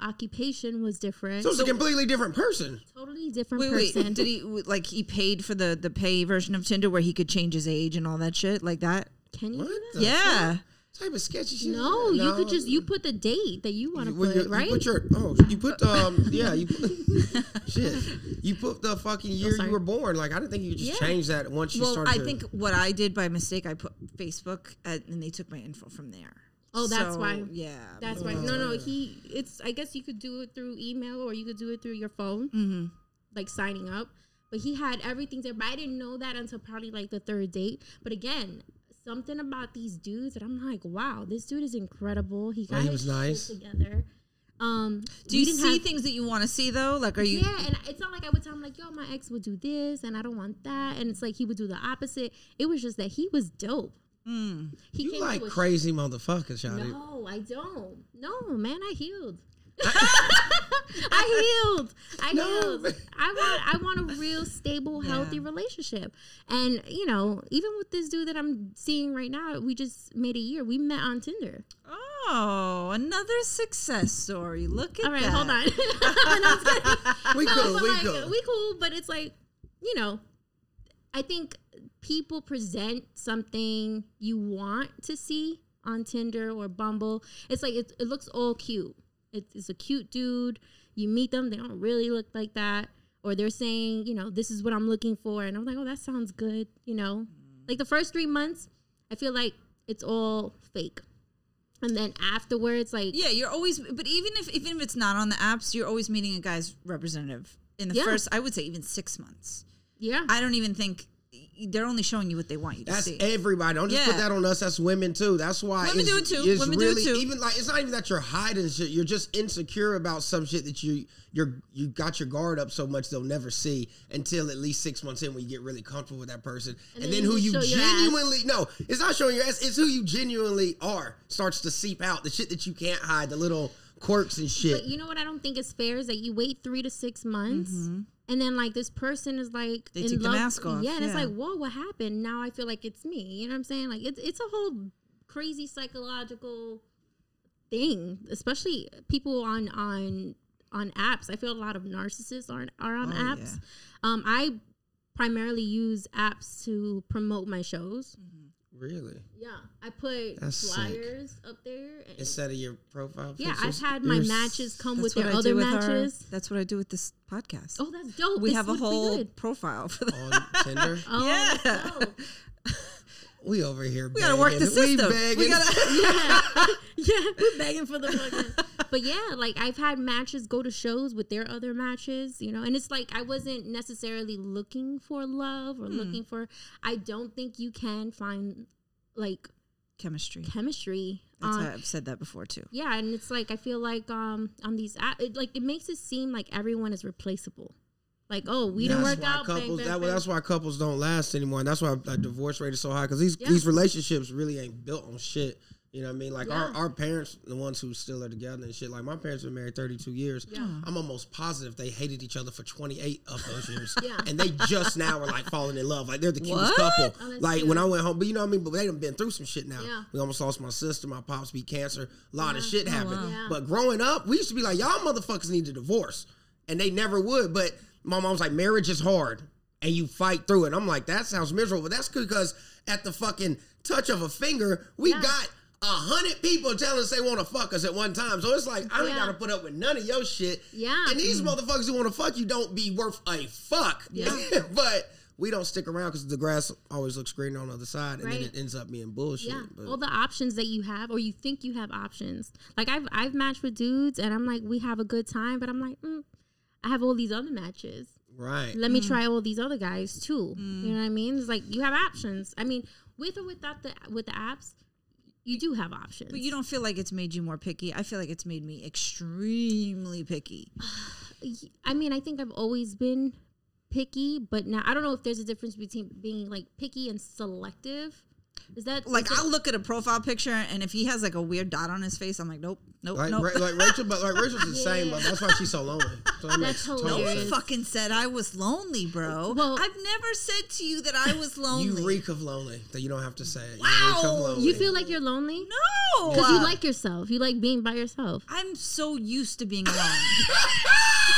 [SPEAKER 5] occupation was different.
[SPEAKER 4] so it's a completely different person.
[SPEAKER 5] totally different
[SPEAKER 3] Wait, wait.
[SPEAKER 5] person.
[SPEAKER 3] Did he w- like he paid for the the pay version of Tinder where he could change his age and all that shit like that?
[SPEAKER 5] Can you?
[SPEAKER 4] What
[SPEAKER 5] do
[SPEAKER 4] the
[SPEAKER 3] yeah.
[SPEAKER 4] fuck type of sketchy shit? is
[SPEAKER 5] No,
[SPEAKER 4] that?
[SPEAKER 5] you could just you put the date that you want to
[SPEAKER 4] You- well,
[SPEAKER 5] put,
[SPEAKER 4] you- you
[SPEAKER 5] right?
[SPEAKER 4] put your oh, you put um, yeah, you put, shit. You put the fucking year
[SPEAKER 5] Oh, sorry.
[SPEAKER 4] you were born. Like I didn't think you could just
[SPEAKER 5] Yeah.
[SPEAKER 4] change that once you
[SPEAKER 3] Well,
[SPEAKER 4] started.
[SPEAKER 3] I
[SPEAKER 4] to-
[SPEAKER 3] think what I did by mistake, I put Facebook at, and they took my info from there.
[SPEAKER 5] Oh, that's
[SPEAKER 3] So,
[SPEAKER 5] why.
[SPEAKER 3] Yeah.
[SPEAKER 5] That's right. No, no, he. It's. I guess you could do it through email or you could do it through your phone,
[SPEAKER 3] Mhm.
[SPEAKER 5] like signing up. But he had everything there. But I didn't know that until probably like the third date. But again, something about these dudes that I'm like, wow, this dude is incredible. He got
[SPEAKER 4] he
[SPEAKER 5] his
[SPEAKER 4] was
[SPEAKER 5] shit
[SPEAKER 4] nice.
[SPEAKER 5] together. Um,
[SPEAKER 3] Do
[SPEAKER 5] we
[SPEAKER 3] you
[SPEAKER 5] didn't
[SPEAKER 3] see
[SPEAKER 5] have-
[SPEAKER 3] things that you want to see though? Like, are you?
[SPEAKER 5] Yeah, and it's not like I would tell him like, "Yo, my ex would do this, and I don't want that," and it's like he would do the opposite. It was just that he was dope. He
[SPEAKER 4] Mm. you
[SPEAKER 5] came
[SPEAKER 4] like
[SPEAKER 5] up with
[SPEAKER 4] crazy motherfuckers, y'all. dude.
[SPEAKER 5] No, I don't. No, man, I healed. I healed. I
[SPEAKER 4] No.
[SPEAKER 5] healed. I want I want a real stable, healthy relationship. And you know, even with this dude that I'm seeing right now, we just made a year. We met on Tinder.
[SPEAKER 3] Oh, another success story. Look at
[SPEAKER 5] All right,
[SPEAKER 3] that.
[SPEAKER 5] hold on. No, I'm just kidding.
[SPEAKER 4] We
[SPEAKER 5] no,
[SPEAKER 4] cool,
[SPEAKER 5] Oh, but
[SPEAKER 4] we
[SPEAKER 5] like
[SPEAKER 4] cool.
[SPEAKER 5] we cool, but it's like, you know, I think people present something you want to see on Tinder or Bumble. It's like it, it looks all cute. It, it's a cute dude. You meet them, they don't really look like that, or they're saying, you know, this is what I'm looking for, and I'm like, oh, that sounds good. You know,
[SPEAKER 4] Mm.
[SPEAKER 5] like the first three months, I feel like it's all fake, and then afterwards, like
[SPEAKER 3] Yeah, you're always, but even if even if it's not on the apps, you're always meeting a guy's representative in the
[SPEAKER 5] Yeah.
[SPEAKER 3] first, I would say, even six months.
[SPEAKER 5] yeah.
[SPEAKER 3] I don't even think they're only showing you what they want you to
[SPEAKER 4] That's
[SPEAKER 3] see.
[SPEAKER 4] everybody. Don't just put
[SPEAKER 3] Yeah.
[SPEAKER 4] that on us. That's women too. That's why
[SPEAKER 3] Women
[SPEAKER 4] it's,
[SPEAKER 3] do it too.
[SPEAKER 4] it's
[SPEAKER 3] Women do it
[SPEAKER 4] really,
[SPEAKER 3] too.
[SPEAKER 4] Even like it's not even that you're hiding shit. You're just insecure about some shit that you you're you got your guard up so much they'll never see until at least six months in when you get really comfortable with that person. And,
[SPEAKER 5] then
[SPEAKER 4] then,
[SPEAKER 5] you
[SPEAKER 4] who you
[SPEAKER 5] show your ass.
[SPEAKER 4] genuinely no, it's not showing your ass. It's who you genuinely are starts to seep out. The shit that you can't hide. The little quirks and shit.
[SPEAKER 5] But you know what I don't think is fair is that you wait three to six months. And then like this person is like
[SPEAKER 3] Mm-hmm. They took the mask off,
[SPEAKER 5] Yeah, and it's
[SPEAKER 3] yeah.
[SPEAKER 5] like, whoa, what happened? Now I feel like it's me. You know what I'm saying? Like it's it's a whole crazy psychological thing, especially people on on on apps. I feel a lot of narcissists are are on
[SPEAKER 3] Oh,
[SPEAKER 5] apps. Um, I primarily use apps to promote my shows.
[SPEAKER 4] really?
[SPEAKER 5] Yeah, I put
[SPEAKER 4] That's sick.
[SPEAKER 5] flyers up there. and-
[SPEAKER 4] Instead of your profile.
[SPEAKER 5] yeah, I've
[SPEAKER 4] pictures,
[SPEAKER 5] had my
[SPEAKER 4] you're-
[SPEAKER 5] matches come
[SPEAKER 3] That's
[SPEAKER 5] with
[SPEAKER 3] what
[SPEAKER 5] their
[SPEAKER 3] I
[SPEAKER 5] other
[SPEAKER 3] do with our-
[SPEAKER 5] matches.
[SPEAKER 3] that's what I do with this podcast.
[SPEAKER 5] Oh, that's dope.
[SPEAKER 3] we
[SPEAKER 5] This
[SPEAKER 3] have a
[SPEAKER 5] would be
[SPEAKER 3] whole
[SPEAKER 5] good.
[SPEAKER 3] profile for that.
[SPEAKER 4] on Tinder.
[SPEAKER 5] Oh,
[SPEAKER 3] Yeah.
[SPEAKER 5] that's dope.
[SPEAKER 4] We over here.
[SPEAKER 3] We gotta work the system. We, gotta.
[SPEAKER 5] yeah, yeah, we're begging for the fucking. But yeah, like I've had matches go to shows with their other matches, you know, and it's like I wasn't necessarily looking for love or looking for. I don't think you can find like
[SPEAKER 3] Chemistry.
[SPEAKER 5] chemistry.
[SPEAKER 3] That's
[SPEAKER 5] on-
[SPEAKER 3] how I've said that before too.
[SPEAKER 5] yeah, and it's like I feel like um on these app, it, like it makes it seem like everyone is replaceable. Like oh, we didn't work out. bang,
[SPEAKER 4] couples.
[SPEAKER 5] bang,
[SPEAKER 4] that-
[SPEAKER 5] bang.
[SPEAKER 4] That's why couples don't last anymore, and that's why the divorce rate is so high. Because these
[SPEAKER 5] Yeah.
[SPEAKER 4] these relationships really ain't built on shit. You know what I mean? Like our,
[SPEAKER 5] Yeah.
[SPEAKER 4] our parents, the ones who still are together and shit. Like my parents been married thirty two years. I'm almost positive they hated each other for twenty eight of those years,
[SPEAKER 5] Yeah.
[SPEAKER 4] and they just now are like falling in love. Like they're the
[SPEAKER 3] What?
[SPEAKER 4] cutest couple.
[SPEAKER 5] Oh, that's
[SPEAKER 4] like
[SPEAKER 5] cute.
[SPEAKER 4] when I went home, but you know what I mean. But they done been through some shit now.
[SPEAKER 5] Yeah.
[SPEAKER 4] We almost lost my sister. My pops beat cancer. A lot of shit happened.
[SPEAKER 3] wow.
[SPEAKER 5] Mm-hmm. Oh, Yeah.
[SPEAKER 4] But growing up, we used to be like, y'all motherfuckers need to divorce. And they never would. But my mom's like, marriage is hard and you fight through it. I'm like, that sounds miserable. But that's because at the fucking touch of a finger, we
[SPEAKER 5] Yeah.
[SPEAKER 4] got a hundred people telling us they want to fuck us at one time. So it's like, I ain't
[SPEAKER 5] Yeah.
[SPEAKER 4] got to put up with none of your shit.
[SPEAKER 5] Yeah.
[SPEAKER 4] And these motherfuckers who want to fuck you don't be worth a fuck.
[SPEAKER 5] Yeah.
[SPEAKER 4] but we don't stick around because the grass always looks greener on the other side. And
[SPEAKER 5] Right.
[SPEAKER 4] then it ends up being bullshit.
[SPEAKER 5] Yeah,
[SPEAKER 4] But-
[SPEAKER 5] all the options that you have, or you think you have options. Like I've I've matched with dudes, and I'm like, we have a good time, but I'm like, mm, I have all these other matches.
[SPEAKER 4] right.
[SPEAKER 5] Let me
[SPEAKER 3] Mm.
[SPEAKER 5] try all these other guys too. You know what I mean? It's like you have options. I mean, with or without the with the apps, you do have options.
[SPEAKER 3] But you don't feel like it's made you more picky. I feel like it's made me extremely picky.
[SPEAKER 5] Uh, y- I mean, I think I've always been picky, but now I don't know if there's a difference between being like picky and selective. Is that
[SPEAKER 3] Like
[SPEAKER 5] is it-
[SPEAKER 3] I'll look at a profile picture and if he has like a weird dot on his face, I'm like, nope, nope,
[SPEAKER 4] Like,
[SPEAKER 3] nope.
[SPEAKER 4] Ra- like Rachel, but like Rachel's the same.
[SPEAKER 5] Yeah.
[SPEAKER 4] But that's why she's so lonely. So that
[SPEAKER 5] That's
[SPEAKER 4] makes total
[SPEAKER 5] hilarious.
[SPEAKER 4] sense.
[SPEAKER 3] fucking said I was lonely, bro.
[SPEAKER 5] Well-
[SPEAKER 3] I've never said to you that I was
[SPEAKER 4] You
[SPEAKER 3] lonely.
[SPEAKER 4] reek of lonely. That you don't have to say it. You
[SPEAKER 3] Wow.
[SPEAKER 4] reek of lonely.
[SPEAKER 5] you feel like you're lonely
[SPEAKER 3] no, uh,
[SPEAKER 5] because you like yourself. You like being by yourself.
[SPEAKER 3] I'm so used to being alone.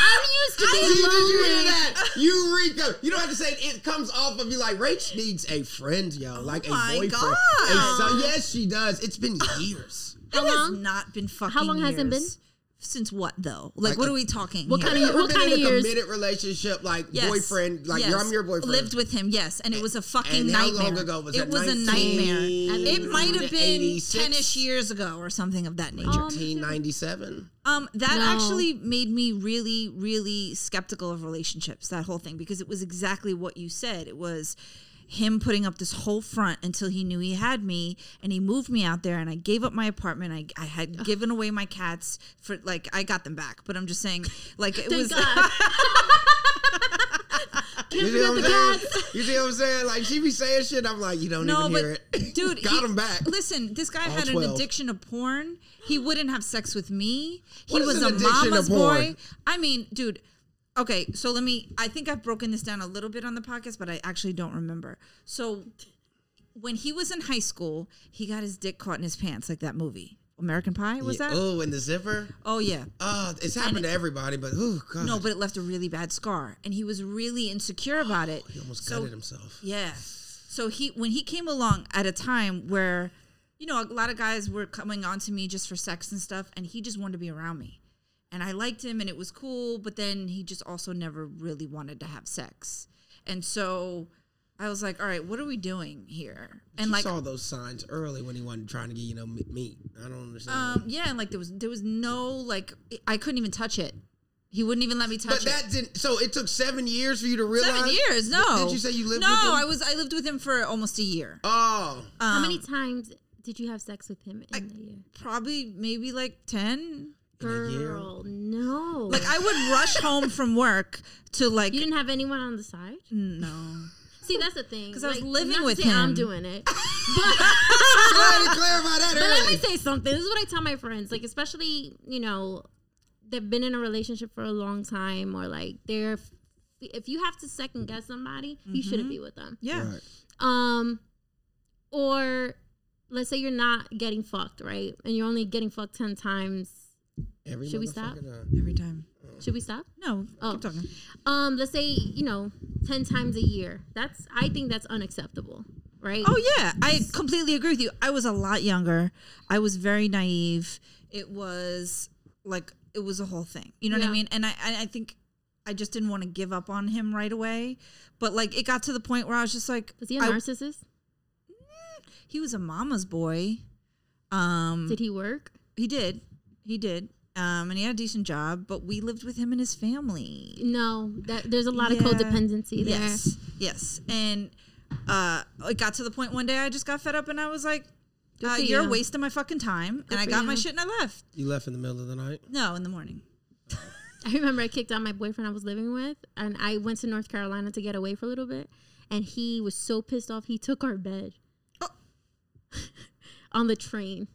[SPEAKER 5] I'm used to
[SPEAKER 4] See,
[SPEAKER 5] being
[SPEAKER 4] did you hear
[SPEAKER 5] lonely.
[SPEAKER 4] that? You reek of. You don't have to say it. It comes off of you like Rach needs a friend, yo, like
[SPEAKER 3] Oh my
[SPEAKER 4] a boyfriend.
[SPEAKER 3] God.
[SPEAKER 4] A son. Yes, she does. It's been years.
[SPEAKER 5] How
[SPEAKER 3] it has
[SPEAKER 5] long?
[SPEAKER 3] not been fucking.
[SPEAKER 5] long has it been?
[SPEAKER 3] years. Since what though? Like,
[SPEAKER 4] Like
[SPEAKER 3] what
[SPEAKER 4] a-
[SPEAKER 3] are we talking?
[SPEAKER 5] What
[SPEAKER 3] here?
[SPEAKER 5] kind of
[SPEAKER 4] Ever
[SPEAKER 5] what
[SPEAKER 4] been
[SPEAKER 5] kind of
[SPEAKER 4] in a
[SPEAKER 5] years?
[SPEAKER 4] committed relationship, like
[SPEAKER 3] Yes.
[SPEAKER 4] boyfriend, like
[SPEAKER 3] Yes.
[SPEAKER 4] you're, I'm your boyfriend.
[SPEAKER 3] Lived with him, yes, and it was a fucking
[SPEAKER 4] And how
[SPEAKER 3] nightmare.
[SPEAKER 4] long ago was
[SPEAKER 3] it
[SPEAKER 4] that?
[SPEAKER 3] was
[SPEAKER 4] 19
[SPEAKER 3] a nightmare. It might have been
[SPEAKER 4] 86?
[SPEAKER 3] ten-ish years ago or something of that nature.
[SPEAKER 5] Oh, me too.
[SPEAKER 4] 1997.
[SPEAKER 3] Um, that
[SPEAKER 5] No.
[SPEAKER 3] actually made me really, really skeptical of relationships. That whole thing because it was exactly what you said. It was him putting up this whole front until he knew he had me, and he moved me out there, and I gave up my apartment. I, I had given away my cats for like I got them back, but I'm just saying like it
[SPEAKER 5] Thank
[SPEAKER 3] was.
[SPEAKER 5] God.
[SPEAKER 4] You see what I'm saying? You see what I'm saying? Like she be saying shit. I'm like, you don't
[SPEAKER 3] No,
[SPEAKER 4] even
[SPEAKER 3] but
[SPEAKER 4] hear it.
[SPEAKER 3] dude,
[SPEAKER 4] got
[SPEAKER 3] he-
[SPEAKER 4] him back.
[SPEAKER 3] Listen, this guy
[SPEAKER 4] All
[SPEAKER 3] had
[SPEAKER 4] 12.
[SPEAKER 3] an addiction to porn. He wouldn't have sex with me. He
[SPEAKER 4] What is
[SPEAKER 3] was
[SPEAKER 4] an
[SPEAKER 3] a
[SPEAKER 4] addiction to
[SPEAKER 3] mama's
[SPEAKER 4] porn?
[SPEAKER 3] boy. I mean, dude. Okay, so let me. I think I've broken this down a little bit on the podcast, but I actually don't remember. So when he was in high school, he got his dick caught in his pants, like that movie American Pie. Was that?
[SPEAKER 4] Oh, and the zipper.
[SPEAKER 3] Oh yeah.
[SPEAKER 4] Uh, it's happened to everybody, but oh god,
[SPEAKER 3] No, but it left a really bad scar, and he was really insecure about it.
[SPEAKER 4] Oh, he almost
[SPEAKER 3] so
[SPEAKER 4] gutted himself.
[SPEAKER 3] Yeah. So he when he came along at a time where, you know, a lot of guys were coming on to me just for sex and stuff, and he just wanted to be around me. And I liked him and it was cool, but then he just also never really wanted to have sex. And so I was like, all right, what are we doing here? And
[SPEAKER 4] she
[SPEAKER 3] like
[SPEAKER 4] saw those signs early when he wasn't trying to get you know me- meat. I don't understand.
[SPEAKER 3] um yeah, and like there was there was no like I couldn't even touch it. He wouldn't even let me touch
[SPEAKER 4] but
[SPEAKER 3] it.
[SPEAKER 4] that didn't. So it took seven years for you to realize.
[SPEAKER 3] Seven years, no.
[SPEAKER 4] Did you say you lived
[SPEAKER 3] No,
[SPEAKER 4] with him?
[SPEAKER 3] I was I lived with him for almost a year.
[SPEAKER 4] Oh,
[SPEAKER 5] How
[SPEAKER 3] Um,
[SPEAKER 5] many times did you have sex with him in a year?
[SPEAKER 3] Probably maybe like ten.
[SPEAKER 4] a year?
[SPEAKER 5] Girl, no.
[SPEAKER 3] Like I would rush home from work to like
[SPEAKER 5] you didn't have anyone on the side.
[SPEAKER 3] no.
[SPEAKER 5] See, that's the thing.
[SPEAKER 3] 'Cause I was
[SPEAKER 5] Like,
[SPEAKER 3] living
[SPEAKER 5] not to
[SPEAKER 3] with
[SPEAKER 5] say I'm
[SPEAKER 3] him.
[SPEAKER 5] doing it.
[SPEAKER 4] glad to clarify that
[SPEAKER 5] But let me
[SPEAKER 4] early.
[SPEAKER 5] say something. This is what I tell my friends, like especially you know, they've been in a relationship for a long time, or like they're. If you have to second guess somebody, you
[SPEAKER 3] Mm-hmm.
[SPEAKER 5] shouldn't be with them.
[SPEAKER 3] Yeah.
[SPEAKER 4] Right.
[SPEAKER 5] Um, or let's say you're not getting fucked, right? And you're only getting fucked ten times.
[SPEAKER 4] Every
[SPEAKER 5] Should we stop?
[SPEAKER 4] motherfucking time.
[SPEAKER 3] Every time.
[SPEAKER 5] Should we stop?
[SPEAKER 3] No.
[SPEAKER 5] Oh.
[SPEAKER 3] Keep talking.
[SPEAKER 5] Um, let's say you know ten times a year. That's I think that's unacceptable, right?
[SPEAKER 3] Oh yeah, I completely agree with you. I was a lot younger. I was very naive. It was like it was a whole thing. You know what
[SPEAKER 5] Yeah.
[SPEAKER 3] I mean? And I I I think I just didn't want to give up on him right away. But like it got to the point where I was just like
[SPEAKER 5] Was he a
[SPEAKER 3] I-
[SPEAKER 5] narcissist?
[SPEAKER 3] He was a mama's boy. Um,
[SPEAKER 5] Did he work?
[SPEAKER 3] he did, he did, um, and he had a decent job. But we lived with him and his family.
[SPEAKER 5] No, that, there's a lot of
[SPEAKER 3] Yeah.
[SPEAKER 5] codependency there.
[SPEAKER 3] Yes, yes. And uh, it got to the point one day I just got fed up and I was like, uh,
[SPEAKER 5] for
[SPEAKER 3] "You're
[SPEAKER 5] you.
[SPEAKER 3] wasting my fucking time." and I
[SPEAKER 5] for
[SPEAKER 3] got my
[SPEAKER 5] you.
[SPEAKER 3] shit and I left.
[SPEAKER 4] You left in the middle of the night.
[SPEAKER 3] No, in the morning.
[SPEAKER 5] I remember I kicked out my boyfriend I was living with, and I went to North Carolina to get away for a little bit, and he was so pissed off he took our bed
[SPEAKER 3] Oh.
[SPEAKER 5] on the train.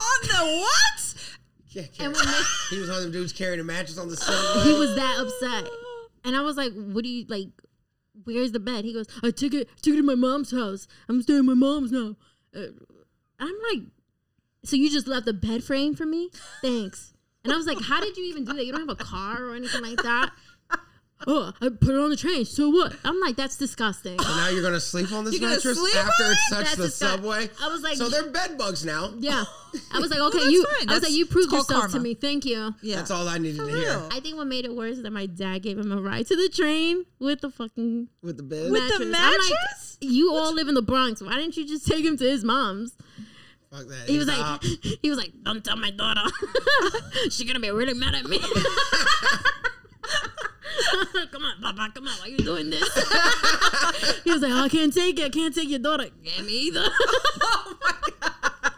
[SPEAKER 3] On the what?
[SPEAKER 4] Yeah,
[SPEAKER 5] And when they-
[SPEAKER 4] he was one of them dudes carrying a mattress on the subway.
[SPEAKER 5] he was that upset, and I was like, "What do you like? Where's the bed?" He goes, "I took it, took it to my mom's house. I'm staying at my mom's now." Uh, I'm like, "So you just left the bed frame for me? Thanks." And I was like, "How did you even do that? You don't have a car or anything like that." Oh, I put it on the train. So what? I'm like, that's disgusting.
[SPEAKER 4] And now you're gonna sleep on this
[SPEAKER 3] You're gonna
[SPEAKER 4] mattress
[SPEAKER 3] sleep
[SPEAKER 4] after
[SPEAKER 3] on
[SPEAKER 4] it
[SPEAKER 3] it?
[SPEAKER 4] touched
[SPEAKER 5] That's
[SPEAKER 4] the
[SPEAKER 5] just not-
[SPEAKER 4] subway.
[SPEAKER 5] I was like-
[SPEAKER 4] so they're bed bugs now.
[SPEAKER 5] Yeah. I was like, okay,
[SPEAKER 3] that's
[SPEAKER 5] you.
[SPEAKER 3] fine.
[SPEAKER 5] I was
[SPEAKER 3] That's-
[SPEAKER 5] like, you
[SPEAKER 3] it's
[SPEAKER 5] proved
[SPEAKER 3] called
[SPEAKER 5] yourself to
[SPEAKER 3] karma.
[SPEAKER 5] me. Thank you.
[SPEAKER 3] Yeah,
[SPEAKER 4] That's all I needed
[SPEAKER 3] For
[SPEAKER 4] to hear.
[SPEAKER 3] real.
[SPEAKER 5] I think what made it worse is that my dad gave him a ride to the train with the fucking
[SPEAKER 4] With the bed,
[SPEAKER 3] With
[SPEAKER 5] mattress.
[SPEAKER 3] the
[SPEAKER 5] I'm like,
[SPEAKER 3] mattress?
[SPEAKER 5] you all live in the Bronx. Why didn't you just take him to his mom's?
[SPEAKER 4] fuck that.
[SPEAKER 5] He was
[SPEAKER 4] He's
[SPEAKER 5] like,
[SPEAKER 4] up.
[SPEAKER 5] he was like, don't tell my daughter. She's gonna be really mad at me. come on, Papa, come on. Why are you doing this? he was like, "Oh, I can't take it. I can't take your daughter. Yeah, me either. oh my god.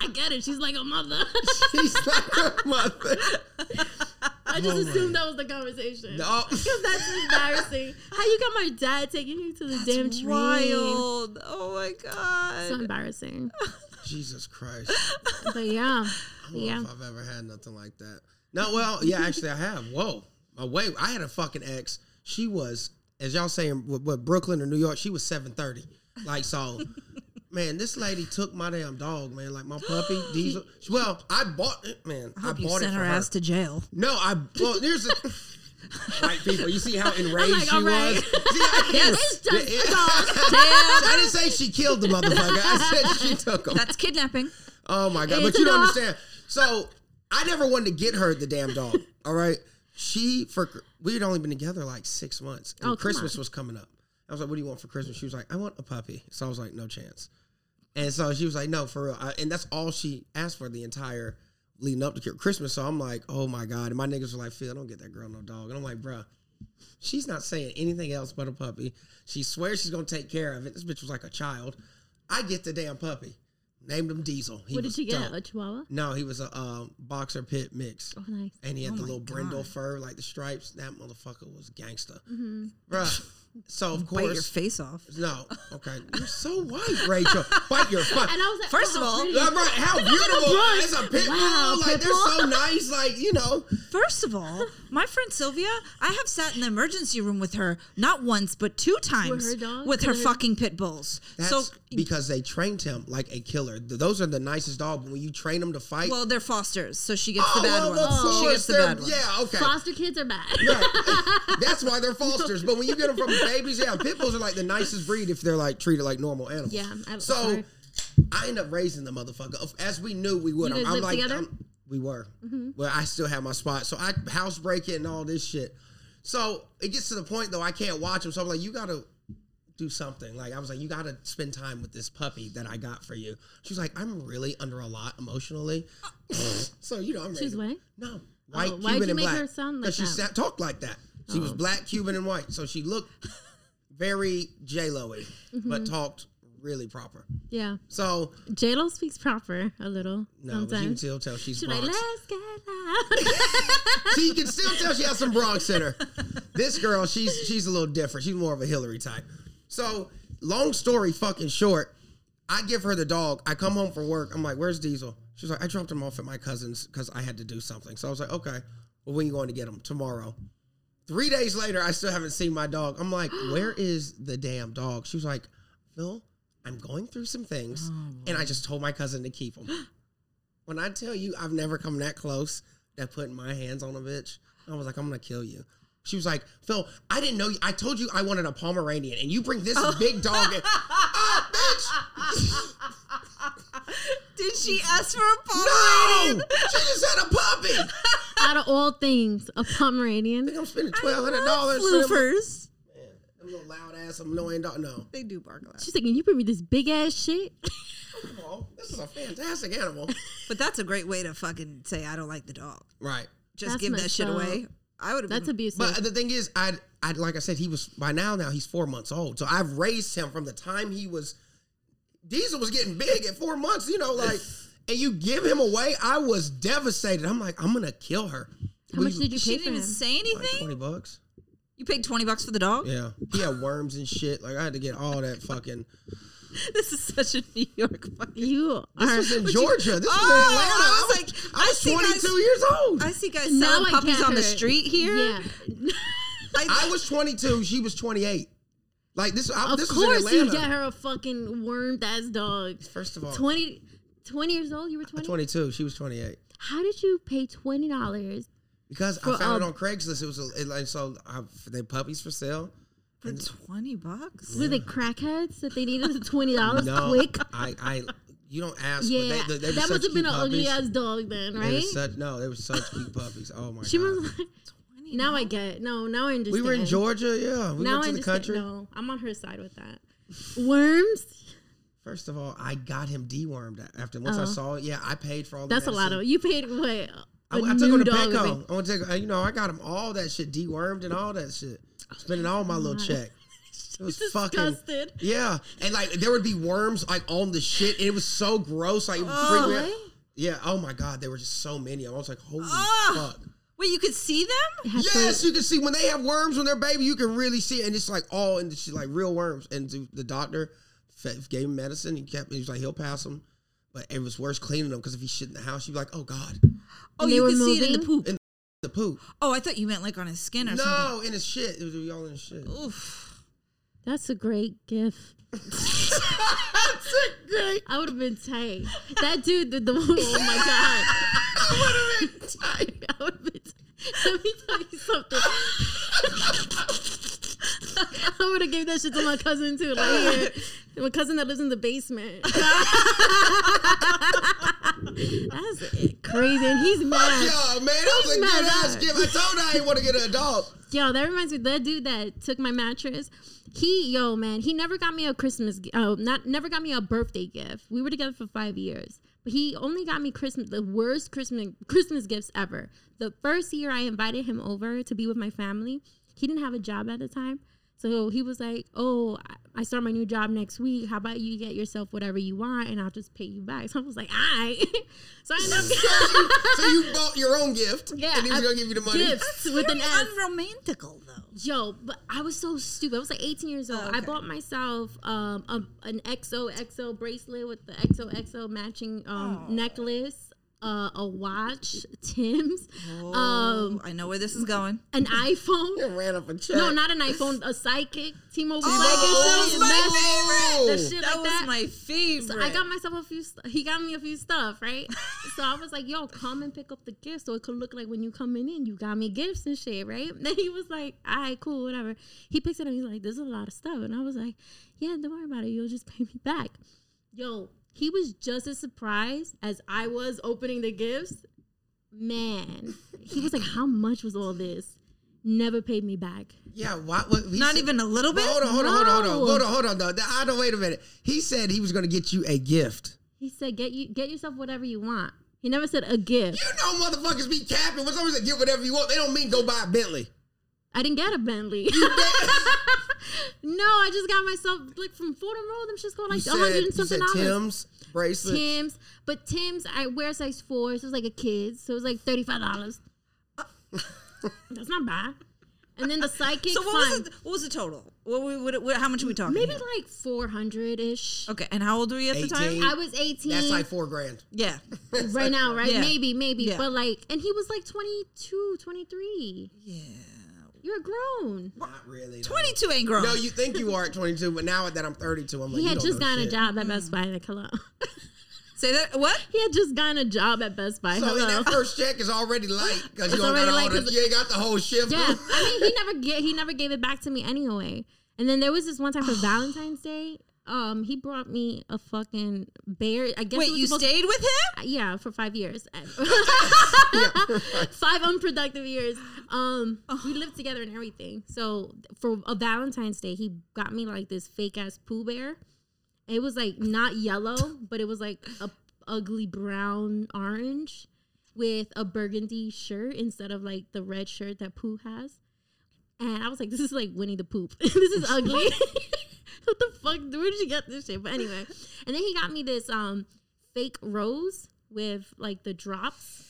[SPEAKER 5] I get it. She's like a mother.
[SPEAKER 4] he's like a mother.
[SPEAKER 5] I just
[SPEAKER 4] Oh my.
[SPEAKER 5] assumed that was the conversation.
[SPEAKER 4] No.
[SPEAKER 5] That's embarrassing. How you got my dad taking you to the damn train?
[SPEAKER 3] wild. Oh my
[SPEAKER 5] So
[SPEAKER 3] god.
[SPEAKER 5] embarrassing.
[SPEAKER 4] Jesus Christ.
[SPEAKER 5] But yeah,
[SPEAKER 4] I don't
[SPEAKER 5] yeah.
[SPEAKER 4] know if I've ever had nothing like that. No, well, yeah, actually, I have. Whoa, my way. I had a fucking ex. She was, as y'all saying, what, what Brooklyn or New York. She was seven thirty. Like so, man. This lady took my damn dog, man. Like my puppy Diesel. Well, I bought it, man. I,
[SPEAKER 3] hope you
[SPEAKER 4] bought it
[SPEAKER 3] sent
[SPEAKER 4] for
[SPEAKER 3] her
[SPEAKER 4] her.
[SPEAKER 3] ass to jail.
[SPEAKER 4] no, I. Well, here's the. White people, you see how enraged
[SPEAKER 5] like,
[SPEAKER 4] she
[SPEAKER 5] all right.
[SPEAKER 4] was. See, I,
[SPEAKER 5] It's just
[SPEAKER 4] Yeah.
[SPEAKER 5] dog.
[SPEAKER 4] I didn't say she killed the motherfucker. I said she took him.
[SPEAKER 3] That's kidnapping.
[SPEAKER 4] Oh my god!
[SPEAKER 5] It's
[SPEAKER 4] but you don't
[SPEAKER 5] enough.
[SPEAKER 4] understand. So I never wanted to get her the damn dog. all right, she for we had only been together like six months, and
[SPEAKER 5] Oh, come
[SPEAKER 4] Christmas
[SPEAKER 5] on.
[SPEAKER 4] was coming up. I was like, "What do you want for Christmas?" She was like, "I want a puppy." So I was like, "No chance." And so she was like, "No, for real." I, and that's all she asked for the entire leading up to Christmas. So I'm like, "Oh my god!" And my niggas were like, "Phil, don't get that girl no dog." And I'm like, "Bruh." She's not saying anything else but a puppy. She swears she's gonna take care of it. This bitch was like a child. I get the damn puppy. Named him Diesel. He
[SPEAKER 5] What
[SPEAKER 4] was
[SPEAKER 5] did you get?
[SPEAKER 4] dope.
[SPEAKER 5] A chihuahua?
[SPEAKER 4] No, he was a um, boxer pit mix,
[SPEAKER 5] Oh, nice.
[SPEAKER 4] and he had
[SPEAKER 3] Oh
[SPEAKER 4] the
[SPEAKER 3] my
[SPEAKER 4] little brindle
[SPEAKER 3] God.
[SPEAKER 4] fur, like the stripes. That motherfucker was gangster, bruh. So of
[SPEAKER 3] Bite your
[SPEAKER 4] course,
[SPEAKER 3] face off.
[SPEAKER 4] no, okay, you're so white, Rachel. Bite your fuck.
[SPEAKER 5] And I was like,
[SPEAKER 3] First
[SPEAKER 5] oh,
[SPEAKER 3] of
[SPEAKER 5] how
[SPEAKER 3] all,
[SPEAKER 5] pretty.
[SPEAKER 4] Yeah, right, how beautiful! It's a pit
[SPEAKER 5] Wow,
[SPEAKER 4] bull. Like
[SPEAKER 5] pit
[SPEAKER 4] they're
[SPEAKER 5] bull.
[SPEAKER 4] so nice. Like you know,
[SPEAKER 3] First of all, my friend Sylvia, I have sat in the emergency room with her not once but two times
[SPEAKER 5] her dog?
[SPEAKER 3] with her
[SPEAKER 5] Good.
[SPEAKER 3] fucking pit bulls.
[SPEAKER 4] that's
[SPEAKER 3] so
[SPEAKER 4] because they trained him like a killer. Th- Those are the nicest dogs. When you train them to fight,
[SPEAKER 3] well, they're fosters, so she gets the bad
[SPEAKER 4] Oh, well,
[SPEAKER 3] ones.
[SPEAKER 4] of
[SPEAKER 3] she gets
[SPEAKER 4] course,
[SPEAKER 3] the
[SPEAKER 4] they're-
[SPEAKER 3] bad ones.
[SPEAKER 4] Yeah, okay.
[SPEAKER 5] foster kids are bad.
[SPEAKER 4] Right. That's why they're fosters. But when you get them from babies, yeah, pit bulls are like the nicest breed if they're like treated like normal animals.
[SPEAKER 5] Yeah, I-
[SPEAKER 4] so
[SPEAKER 5] sorry.
[SPEAKER 4] I end up raising the motherfucker as we knew we would.
[SPEAKER 5] You guys
[SPEAKER 4] I'm, I'm
[SPEAKER 5] lived
[SPEAKER 4] like,
[SPEAKER 5] together? Mm-hmm.
[SPEAKER 4] I'm- we were. Well, I still have my spot, so I house break it and all this shit. So it gets to the point though I can't watch him. So I'm like, you gotta do something. Like I was like, you gotta spend time with this puppy that I got for you. She's like, I'm really under a lot emotionally. so you know, I'm
[SPEAKER 5] She's
[SPEAKER 4] raising-
[SPEAKER 5] white?
[SPEAKER 4] No, white
[SPEAKER 5] Oh, why'd
[SPEAKER 4] Cuban
[SPEAKER 5] you
[SPEAKER 4] and
[SPEAKER 5] make
[SPEAKER 4] black.
[SPEAKER 5] her sound like
[SPEAKER 4] 'Cause she
[SPEAKER 5] that? Oh.
[SPEAKER 4] sat, talked like that. She was black, Cuban, and white, so she looked very J Lo y,
[SPEAKER 5] Mm-hmm.
[SPEAKER 4] but talked really proper.
[SPEAKER 5] yeah.
[SPEAKER 4] So
[SPEAKER 5] J Lo speaks proper a little
[SPEAKER 4] no, but you can
[SPEAKER 5] sometimes.
[SPEAKER 4] still tell she's
[SPEAKER 5] Should I
[SPEAKER 4] Bronx.
[SPEAKER 5] let's get loud?
[SPEAKER 4] so you can still tell she has some Bronx in her. This girl, she's she's a little different. She's more of a Hillary type. So, long story fucking short, I give her the dog. I come home from work. I'm like, "Where's Diesel?" She's like, "I dropped him off at my cousin's because I had to do something." So I was like, "Okay, well, when you going to get him tomorrow?" Three days later, I still haven't seen my dog. I'm like, "Where is the damn dog?" She was like, "Phil, I'm going through some things, and I just told my cousin to keep him." When I tell you I've never come that close to putting my hands on a bitch, I was like, I'm gonna kill you. She was like, Phil, I didn't know you. I told you I wanted a Pomeranian, and you bring this big dog in. oh, bitch!
[SPEAKER 3] Did she ask for a Pomeranian?
[SPEAKER 4] No! She just had a puppy! I
[SPEAKER 5] Out of all things, a Pomeranian.
[SPEAKER 4] think I'm spending $1,200 for them.
[SPEAKER 3] Floofers.
[SPEAKER 4] Them little loud ass annoying dog. No,
[SPEAKER 3] They do bark loud.
[SPEAKER 5] She's like, and you bring me this big ass shit.
[SPEAKER 4] come on, this is a fantastic animal.
[SPEAKER 3] But that's a great way to fucking say I don't like the dog.
[SPEAKER 4] right.
[SPEAKER 3] Just
[SPEAKER 5] That's
[SPEAKER 3] give that
[SPEAKER 5] messed
[SPEAKER 3] shit
[SPEAKER 5] up.
[SPEAKER 3] away. I would have.
[SPEAKER 5] That's
[SPEAKER 3] been,
[SPEAKER 5] abusive.
[SPEAKER 4] But the thing is, I, I like I said, he was by now. Now he's four months old, so I've raised him from the time he was. Diesel was getting big at four months, you know, like, and you give him away. I was devastated. I'm like, I'm gonna kill her.
[SPEAKER 5] How much did you
[SPEAKER 3] She
[SPEAKER 5] pay for
[SPEAKER 3] didn't
[SPEAKER 5] him?
[SPEAKER 3] even say
[SPEAKER 4] Like
[SPEAKER 3] anything.
[SPEAKER 4] Twenty bucks.
[SPEAKER 3] You paid twenty bucks for the dog.
[SPEAKER 4] Yeah, he had worms and shit. Like I had to get all that fucking.
[SPEAKER 3] This is such a New York fucking.
[SPEAKER 5] you
[SPEAKER 4] This
[SPEAKER 5] are.
[SPEAKER 4] was in Georgia. This was
[SPEAKER 3] Oh,
[SPEAKER 4] in Atlanta.
[SPEAKER 3] I
[SPEAKER 4] I
[SPEAKER 3] was
[SPEAKER 4] was,
[SPEAKER 3] like,
[SPEAKER 4] I
[SPEAKER 3] I
[SPEAKER 4] was
[SPEAKER 3] see guys-
[SPEAKER 4] 22 years old.
[SPEAKER 3] I
[SPEAKER 4] I,
[SPEAKER 3] see guys
[SPEAKER 5] Now
[SPEAKER 3] selling
[SPEAKER 5] I
[SPEAKER 3] puppies
[SPEAKER 5] get
[SPEAKER 3] on the
[SPEAKER 5] her.
[SPEAKER 3] street here.
[SPEAKER 5] Yeah.
[SPEAKER 3] I,
[SPEAKER 4] was 22. She was 28. Like this. I,
[SPEAKER 5] Of
[SPEAKER 4] this was in
[SPEAKER 5] course
[SPEAKER 4] Atlanta.
[SPEAKER 5] you got her a fucking wormed ass dog.
[SPEAKER 4] First of all,
[SPEAKER 5] 20, 20 years old? You were 20?
[SPEAKER 4] 22. She was 28.
[SPEAKER 5] How did you pay $20?
[SPEAKER 4] Because I
[SPEAKER 5] For,
[SPEAKER 4] found
[SPEAKER 5] um,
[SPEAKER 4] it on Craigslist. It was a, it, like so. I, they puppies for sale.
[SPEAKER 3] for twenty bucks.
[SPEAKER 5] Were they crackheads that they needed the $20
[SPEAKER 4] No,
[SPEAKER 5] quick?
[SPEAKER 4] I, I, you don't ask.
[SPEAKER 5] Yeah,
[SPEAKER 4] but they, they, they were
[SPEAKER 5] that
[SPEAKER 4] such
[SPEAKER 5] must have been
[SPEAKER 4] cute
[SPEAKER 5] an ugly
[SPEAKER 4] puppies.
[SPEAKER 5] ass dog then,
[SPEAKER 4] They were
[SPEAKER 5] right?
[SPEAKER 4] such, no, they were such cute puppies. Oh my
[SPEAKER 5] She
[SPEAKER 4] god.
[SPEAKER 5] was like, now I get it. No, now I understand.
[SPEAKER 4] we were in Georgia. Yeah, we
[SPEAKER 5] now
[SPEAKER 4] went
[SPEAKER 5] I
[SPEAKER 4] to the
[SPEAKER 5] understand.
[SPEAKER 4] country.
[SPEAKER 5] No, I'm on her side with that. Worms?
[SPEAKER 4] First of all, I got him dewormed a- after once I
[SPEAKER 5] Oh.
[SPEAKER 4] saw it. Yeah, I paid for all. The
[SPEAKER 5] That's a lot
[SPEAKER 4] medicine.
[SPEAKER 5] of. You paid what? A
[SPEAKER 4] I, I took
[SPEAKER 5] new
[SPEAKER 4] him to
[SPEAKER 5] dog would
[SPEAKER 4] Petco. I went to, take- uh, you know, I got him all that shit dewormed and all that shit.
[SPEAKER 5] Oh,
[SPEAKER 4] Spending all my little check. It was
[SPEAKER 5] be
[SPEAKER 4] fucking.
[SPEAKER 5] Disgusted.
[SPEAKER 4] Yeah, and like there would be worms like on the shit, and it was so gross. Like, it would freak me out. yeah. Oh my god, there were just so many. I was like, holy
[SPEAKER 3] Oh.
[SPEAKER 4] fuck.
[SPEAKER 3] Wait, you could see them?
[SPEAKER 5] Had to-
[SPEAKER 4] Yes, you can see when they have worms when they're baby, you can really see it, and it's like all in the shit, like real worms. And the- the doctor fe- gave him medicine. He kept. He was like, he'll pass them, but it was worse cleaning them because if he shit in the house, you'd be like, oh god,
[SPEAKER 3] Oh,
[SPEAKER 5] And they
[SPEAKER 3] you
[SPEAKER 5] were
[SPEAKER 3] could see it in the
[SPEAKER 5] moving?
[SPEAKER 3] poop.
[SPEAKER 4] In- the poop.
[SPEAKER 3] Oh, I thought you meant like on his skin or something.
[SPEAKER 4] No, in his shit. It was all in his shit.
[SPEAKER 3] Oof.
[SPEAKER 5] That's a great gift.
[SPEAKER 4] That's a great.
[SPEAKER 5] I would have been tight. That dude did the. Oh my god.
[SPEAKER 4] I would have been tight.
[SPEAKER 5] I would have been. tight. Let me tell you something. I would have gave that shit to my cousin too. Like here. my cousin that lives in the basement. That's crazy, and he's mad.
[SPEAKER 4] Yo, man, that was a
[SPEAKER 5] He's mad
[SPEAKER 4] good ass
[SPEAKER 5] at-
[SPEAKER 4] gift. I told her I didn't want to get an adult.
[SPEAKER 5] Yo, that reminds me. That dude that took my mattress, he, yo, man, he never got me a Christmas. gi- Oh, not never got me a birthday gift. We were together for five years, but he only got me Christmas, the worst Christmas Christmas gifts ever. The first year I invited him over to be with my family, he didn't have a job at the time, so he was like, "Oh, I- I start my new job next week. How about you get yourself whatever you want, and I'll just pay you back." So I was like, "All right." so I ended up
[SPEAKER 4] You- so you bought your own gift,
[SPEAKER 5] Yeah,
[SPEAKER 4] and he was
[SPEAKER 5] I-
[SPEAKER 4] gonna give you the money.
[SPEAKER 5] gifts with an S.
[SPEAKER 3] Unromantical though.
[SPEAKER 5] Yo, but I was so stupid. I was like 18 years old.
[SPEAKER 3] Oh, okay.
[SPEAKER 5] I bought myself um a, an XOXO bracelet with the XOXO matching um necklace, uh, a watch, Tim's, um,
[SPEAKER 3] I know where this is going.
[SPEAKER 5] an iPhone.
[SPEAKER 4] You ran up a check.
[SPEAKER 5] No, not an iPhone, a psychic, T-Mobile
[SPEAKER 3] Oh, that was
[SPEAKER 5] psychic.
[SPEAKER 3] my
[SPEAKER 5] that- that shit like
[SPEAKER 3] That was
[SPEAKER 5] that.
[SPEAKER 3] my favorite.
[SPEAKER 5] So I got myself a few. St- he got me a few stuff, right? so I was like, "Yo, come and pick up the gifts, so it could look like when you coming in, you got me gifts and shit, right?" Then he was like, "All right, cool, whatever." He picks it up. He's like, "There's a lot of stuff," and I was like, "Yeah, don't worry about it. You'll just pay me back." Yo, he was just as surprised as I was opening the gifts. Man, he was like, "How much was all this?" Never paid me back.
[SPEAKER 4] Yeah, why? What, he
[SPEAKER 3] Not
[SPEAKER 4] said-
[SPEAKER 3] even a little bit.
[SPEAKER 4] Well, hold on, hold on, hold on,
[SPEAKER 5] No.
[SPEAKER 4] hold on, hold on, hold on. though. I don't wait a minute. He said he was gonna get you a gift.
[SPEAKER 5] He said, "Get you get yourself whatever you want." He never said a gift.
[SPEAKER 4] You know, motherfuckers be capping. When somebody said get whatever you want, they don't mean go buy a Bentley.
[SPEAKER 5] I didn't get a Bentley. no, I just got myself like from Fordham Road. Them shit's going
[SPEAKER 4] You
[SPEAKER 5] like a
[SPEAKER 4] said,
[SPEAKER 5] hundred
[SPEAKER 4] you
[SPEAKER 5] and something
[SPEAKER 4] said
[SPEAKER 5] dollars.
[SPEAKER 4] Tim's bracelet.
[SPEAKER 5] Tim's, but Tim's I wear size four, so it's like a kid's, so it's like thirty five dollars. That's not bad. And then the psychic,
[SPEAKER 3] So what was
[SPEAKER 5] fine.
[SPEAKER 3] it, what was the total? What, we- what, what how much are we talking?
[SPEAKER 5] maybe
[SPEAKER 3] here?
[SPEAKER 5] like four hundred ish.
[SPEAKER 3] okay. And how old were you at the time?
[SPEAKER 4] 18.
[SPEAKER 5] I was eighteen
[SPEAKER 4] That's like four grand.
[SPEAKER 3] Yeah.
[SPEAKER 5] right now, right?
[SPEAKER 3] Yeah.
[SPEAKER 5] Maybe, maybe,
[SPEAKER 3] Yeah.
[SPEAKER 5] but like, and he was like 22, 23.
[SPEAKER 3] Yeah.
[SPEAKER 5] You're grown.
[SPEAKER 4] Not really. though.
[SPEAKER 3] Twenty two ain't grown.
[SPEAKER 4] No, you think you are at 22, but now that I'm 32, I'm like,
[SPEAKER 5] He
[SPEAKER 4] you
[SPEAKER 5] had
[SPEAKER 4] don't
[SPEAKER 5] just
[SPEAKER 4] know
[SPEAKER 5] gotten a
[SPEAKER 4] shit.
[SPEAKER 5] job at Best Buy. Like, hello.
[SPEAKER 3] Say that what?
[SPEAKER 5] he had just gotten a job at Best Buy.
[SPEAKER 4] So
[SPEAKER 5] hello.
[SPEAKER 4] and that first check is already light because you,
[SPEAKER 5] It's
[SPEAKER 4] don't
[SPEAKER 5] already
[SPEAKER 4] got all
[SPEAKER 5] light
[SPEAKER 4] the-
[SPEAKER 5] 'cause-
[SPEAKER 4] you ain't got the whole shift.
[SPEAKER 5] Yeah, I mean, he never get he never gave it back to me anyway. And then there was this one time for Valentine's Day. Um, he brought me a fucking bear. I guess it
[SPEAKER 3] Wait,
[SPEAKER 5] was
[SPEAKER 3] you
[SPEAKER 5] supposed-
[SPEAKER 3] stayed with him?
[SPEAKER 5] yeah for five years five unproductive years um we lived together and everything so for a valentine's day he got me like this fake ass poo bear it was like not yellow but it was like a ugly brown orange with a burgundy shirt instead of like the red shirt that poo has and i was like this is like winnie the poop this is ugly what the fuck where did you get this shit but anyway and then he got me this um fake rose with like the drops,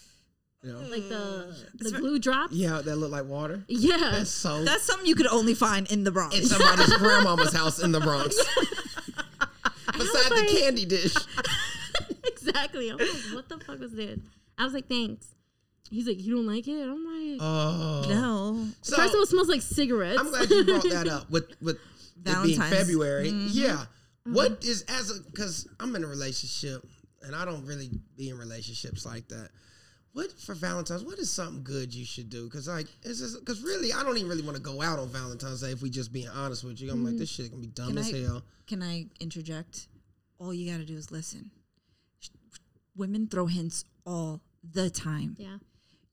[SPEAKER 4] Yeah.
[SPEAKER 5] like the the glue drops.
[SPEAKER 4] Yeah, that look like water.
[SPEAKER 5] Hmm. Yeah.
[SPEAKER 4] That's so.
[SPEAKER 3] That's something you could only find in the Bronx.
[SPEAKER 4] it's somebody's grandmama's house in the Bronx. Beside the
[SPEAKER 5] like-
[SPEAKER 4] candy dish.
[SPEAKER 5] exactly. I'm like, what the fuck was this? I was like, thanks. He's like, you don't like it? I'm like,
[SPEAKER 4] Oh.
[SPEAKER 3] no.
[SPEAKER 4] So,
[SPEAKER 5] first of all, it smells like cigarettes.
[SPEAKER 4] I'm glad you brought that up with with it being
[SPEAKER 3] Valentine's.
[SPEAKER 4] February.
[SPEAKER 5] Mm-hmm.
[SPEAKER 4] Yeah. What is as a because I'm in a relationship and I don't really be in relationships like that. What for Valentine's? What is something good you should do? Because like, it's just because really, I don't even really want to go out on Valentine's Day. If we just being honest with you, I'm
[SPEAKER 5] Mm-hmm.
[SPEAKER 4] like, this shit gonna be dumb
[SPEAKER 3] Can
[SPEAKER 4] as
[SPEAKER 3] I-
[SPEAKER 4] hell.
[SPEAKER 3] Can I interject? All you got to do is listen. Sh- Women throw hints all the time.
[SPEAKER 5] yeah.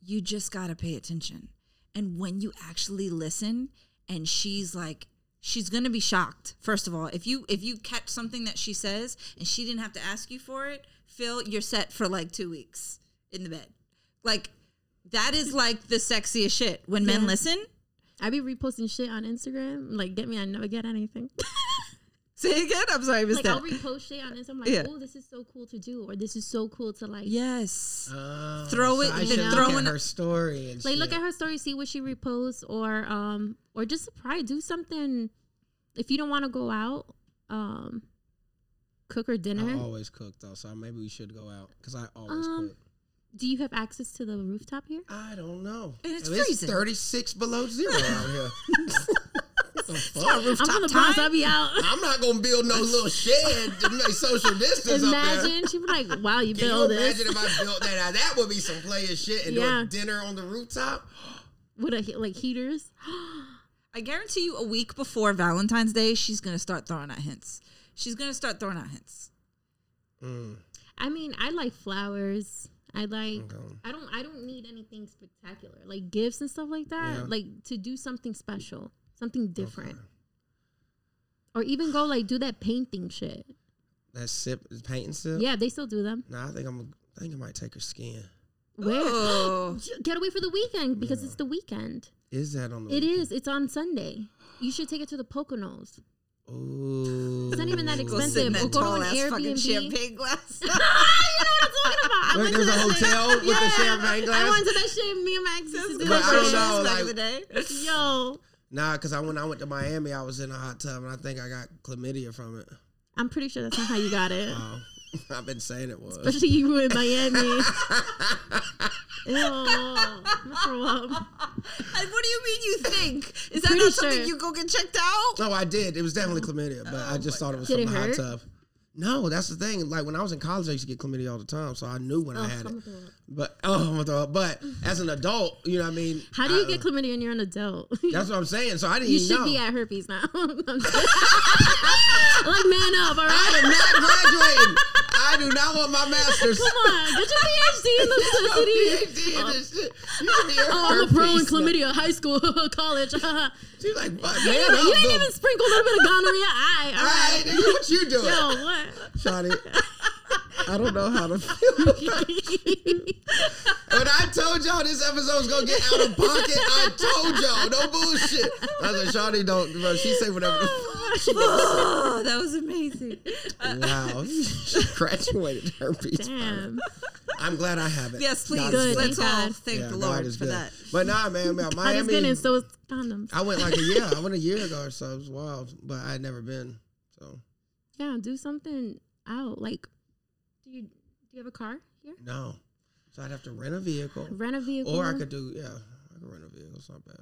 [SPEAKER 3] You just got to pay attention. And when you actually listen and she's like she's going to be shocked. First of all, if you if you catch something that she says and she didn't have to ask you for it, Phil, you're set for like 2 weeks in the bed. Like that is like the sexiest shit when men
[SPEAKER 5] Yeah.
[SPEAKER 3] listen.
[SPEAKER 5] I be reposting shit on Instagram. Like, get me, I never get anything.
[SPEAKER 3] Say it again. I'm sorry, I missed
[SPEAKER 5] like, I'll
[SPEAKER 3] that.
[SPEAKER 5] repost shit on Instagram. I'm like,
[SPEAKER 3] Yeah.
[SPEAKER 5] oh, this is so cool to do, or this is so cool to like.
[SPEAKER 3] yes.
[SPEAKER 4] Oh,
[SPEAKER 3] Throw
[SPEAKER 4] so
[SPEAKER 3] it-
[SPEAKER 4] I
[SPEAKER 3] you
[SPEAKER 4] should
[SPEAKER 5] know.
[SPEAKER 4] look
[SPEAKER 3] throwing-
[SPEAKER 4] at her story and
[SPEAKER 5] Like, look
[SPEAKER 4] shit.
[SPEAKER 5] at her story, see what she reposts, or um, or just surprise, do something. If you don't want to go out, um, cook her dinner.
[SPEAKER 4] I always cook though, so maybe we should go out because I always
[SPEAKER 5] Um,
[SPEAKER 4] cook.
[SPEAKER 5] Do you have access to the rooftop here?
[SPEAKER 4] I don't know.
[SPEAKER 3] And it's freezing.
[SPEAKER 4] 36 below zero out here. What the fuck?
[SPEAKER 5] I'm from the
[SPEAKER 3] time?
[SPEAKER 5] Bronx. I'll be out.
[SPEAKER 4] I'm not gonna build no little shed to make social distance up there.
[SPEAKER 5] imagine she would be like, "Wow, you
[SPEAKER 4] Can
[SPEAKER 5] built
[SPEAKER 4] you
[SPEAKER 5] this
[SPEAKER 4] imagine if I built that? Now, that would be some player shit and
[SPEAKER 5] Yeah.
[SPEAKER 4] doing dinner on the rooftop.
[SPEAKER 5] with a, he- like heaters."
[SPEAKER 3] I guarantee you, a week before Valentine's Day, she's gonna start throwing out hints. She's gonna start throwing out hints.
[SPEAKER 5] I mean, I like flowers. I like.
[SPEAKER 4] Okay.
[SPEAKER 5] I don't. I don't need anything spectacular, like gifts and stuff like that.
[SPEAKER 4] Yeah.
[SPEAKER 5] Like to do something special, something different, or even go like do that painting shit.
[SPEAKER 4] That sip is painting sip.
[SPEAKER 5] Yeah, they still do them.
[SPEAKER 4] Nah, I think I'm. I think I might take her skin.
[SPEAKER 5] Where?
[SPEAKER 3] Ooh.
[SPEAKER 5] Get away for the weekend because it's the weekend.
[SPEAKER 4] Is that on the?
[SPEAKER 5] It is. It's on Sunday. You should take it to the Poconos.
[SPEAKER 4] Ooh.
[SPEAKER 5] It's not even that expensive.
[SPEAKER 3] that
[SPEAKER 5] Or go to an
[SPEAKER 3] tall-ass fucking
[SPEAKER 5] Airbnb. Ah,
[SPEAKER 3] champagne glass.
[SPEAKER 5] Talking about- I
[SPEAKER 4] Wait,
[SPEAKER 5] went to
[SPEAKER 4] there's a
[SPEAKER 5] that shit-
[SPEAKER 4] hotel with a
[SPEAKER 5] Yeah,
[SPEAKER 4] champagne
[SPEAKER 5] I
[SPEAKER 4] glass?
[SPEAKER 5] went to that shit. Me and Max used to do
[SPEAKER 4] But I don't
[SPEAKER 5] that
[SPEAKER 4] know,
[SPEAKER 3] Back in
[SPEAKER 4] like-
[SPEAKER 3] the day.
[SPEAKER 5] shit. Yo,
[SPEAKER 4] Nah, because I when I went to Miami, I was in a hot tub and I think I got chlamydia from it.
[SPEAKER 5] I'm pretty sure that's not how you got it.
[SPEAKER 4] Oh, I've been saying it was.
[SPEAKER 5] Especially you were in Miami. Ew, Mr. Wub.
[SPEAKER 3] And what do you mean you think? Is that
[SPEAKER 5] Pretty
[SPEAKER 3] not something
[SPEAKER 5] sure.
[SPEAKER 3] you go get checked out?
[SPEAKER 4] No, I did. It was definitely chlamydia, but I just thought it was
[SPEAKER 5] Oh Did it
[SPEAKER 4] from the hot
[SPEAKER 5] hurt?
[SPEAKER 4] tub. No, that's the thing. Like when I was in college, I used to get chlamydia all the time, so I knew when I
[SPEAKER 5] Oh,
[SPEAKER 4] had it. But oh, I'm gonna throw up. But as an adult, you know what I mean.
[SPEAKER 5] How do you
[SPEAKER 4] I-
[SPEAKER 5] get chlamydia when you're an adult?
[SPEAKER 4] That's what I'm saying. So I didn't.
[SPEAKER 5] You
[SPEAKER 4] even
[SPEAKER 5] should
[SPEAKER 4] know.
[SPEAKER 5] be at herpes now. I'm just- like man up, all
[SPEAKER 4] I
[SPEAKER 5] right?
[SPEAKER 4] am not graduating. I do not want my master's.
[SPEAKER 5] Come on, get your PhD in the city.
[SPEAKER 4] No PhD in this shit. You should be at
[SPEAKER 5] Oh, I'm a
[SPEAKER 4] herpes
[SPEAKER 5] Uh, pro in
[SPEAKER 4] now.
[SPEAKER 5] chlamydia, high school, college. you ain't,
[SPEAKER 4] She's like, what?
[SPEAKER 5] even,
[SPEAKER 4] Man,
[SPEAKER 5] you
[SPEAKER 4] I'm
[SPEAKER 5] ain't
[SPEAKER 4] the-
[SPEAKER 5] even sprinkle a little bit of gonorrhea. I, all
[SPEAKER 4] All
[SPEAKER 5] right.
[SPEAKER 4] right, nigga, what you doing,
[SPEAKER 5] Yo, what?
[SPEAKER 4] Shawty? I don't know how to feel. When I told y'all this episode was gonna get out of pocket, I told y'all no bullshit. I was like, Shawty, don't. Bro, she say whatever. the fuck.
[SPEAKER 3] Oh, that was amazing.
[SPEAKER 4] Wow, she graduated herpes.
[SPEAKER 5] Damn.
[SPEAKER 4] I'm glad I have it.
[SPEAKER 3] Yes, please.
[SPEAKER 4] God is
[SPEAKER 5] Good,
[SPEAKER 4] good.
[SPEAKER 3] Let's
[SPEAKER 5] thank
[SPEAKER 3] all
[SPEAKER 5] God.
[SPEAKER 3] thank
[SPEAKER 4] Yeah,
[SPEAKER 3] the
[SPEAKER 4] God
[SPEAKER 3] Lord
[SPEAKER 4] is
[SPEAKER 3] for
[SPEAKER 4] good.
[SPEAKER 3] that.
[SPEAKER 4] But nah, man, man
[SPEAKER 5] I just been
[SPEAKER 4] Miami.
[SPEAKER 5] in so it's condoms.
[SPEAKER 4] I went like a year. I went a year ago or so. It was wild, but I had never been. So
[SPEAKER 5] Yeah, do something out. Like, do you do you have a car here?
[SPEAKER 4] no. So I'd have to rent a vehicle,
[SPEAKER 5] Rent a vehicle.
[SPEAKER 4] or I could do yeah, I could rent a vehicle. It's not bad.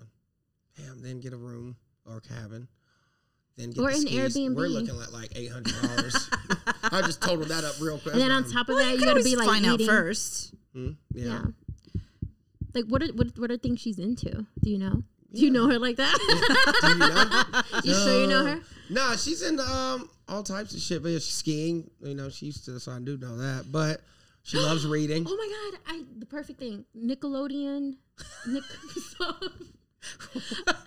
[SPEAKER 4] Damn, then get a room or a cabin. Then get
[SPEAKER 5] Or
[SPEAKER 4] the
[SPEAKER 5] an
[SPEAKER 4] skis. We're
[SPEAKER 5] Airbnb.
[SPEAKER 4] looking at like eight hundred dollars. I just totaled that up real quick.
[SPEAKER 5] and then on
[SPEAKER 4] Um,
[SPEAKER 5] top of that,
[SPEAKER 3] Well, you
[SPEAKER 5] you,
[SPEAKER 3] could
[SPEAKER 5] gotta
[SPEAKER 3] always
[SPEAKER 5] be like
[SPEAKER 3] find out
[SPEAKER 5] eating.
[SPEAKER 3] first.
[SPEAKER 4] Hmm? Yeah.
[SPEAKER 5] Yeah. Like, what are what, what are things she's into? Do you know? Do you know her like that?
[SPEAKER 4] Do you
[SPEAKER 5] you
[SPEAKER 4] know?
[SPEAKER 5] sure you know
[SPEAKER 4] No.
[SPEAKER 5] her?
[SPEAKER 4] Nah, she's in um all types of shit. But yeah, she's skiing. You know, she used to, so I do know that. But she loves reading.
[SPEAKER 5] Oh my god! I the perfect thing. Nickelodeon. Nick.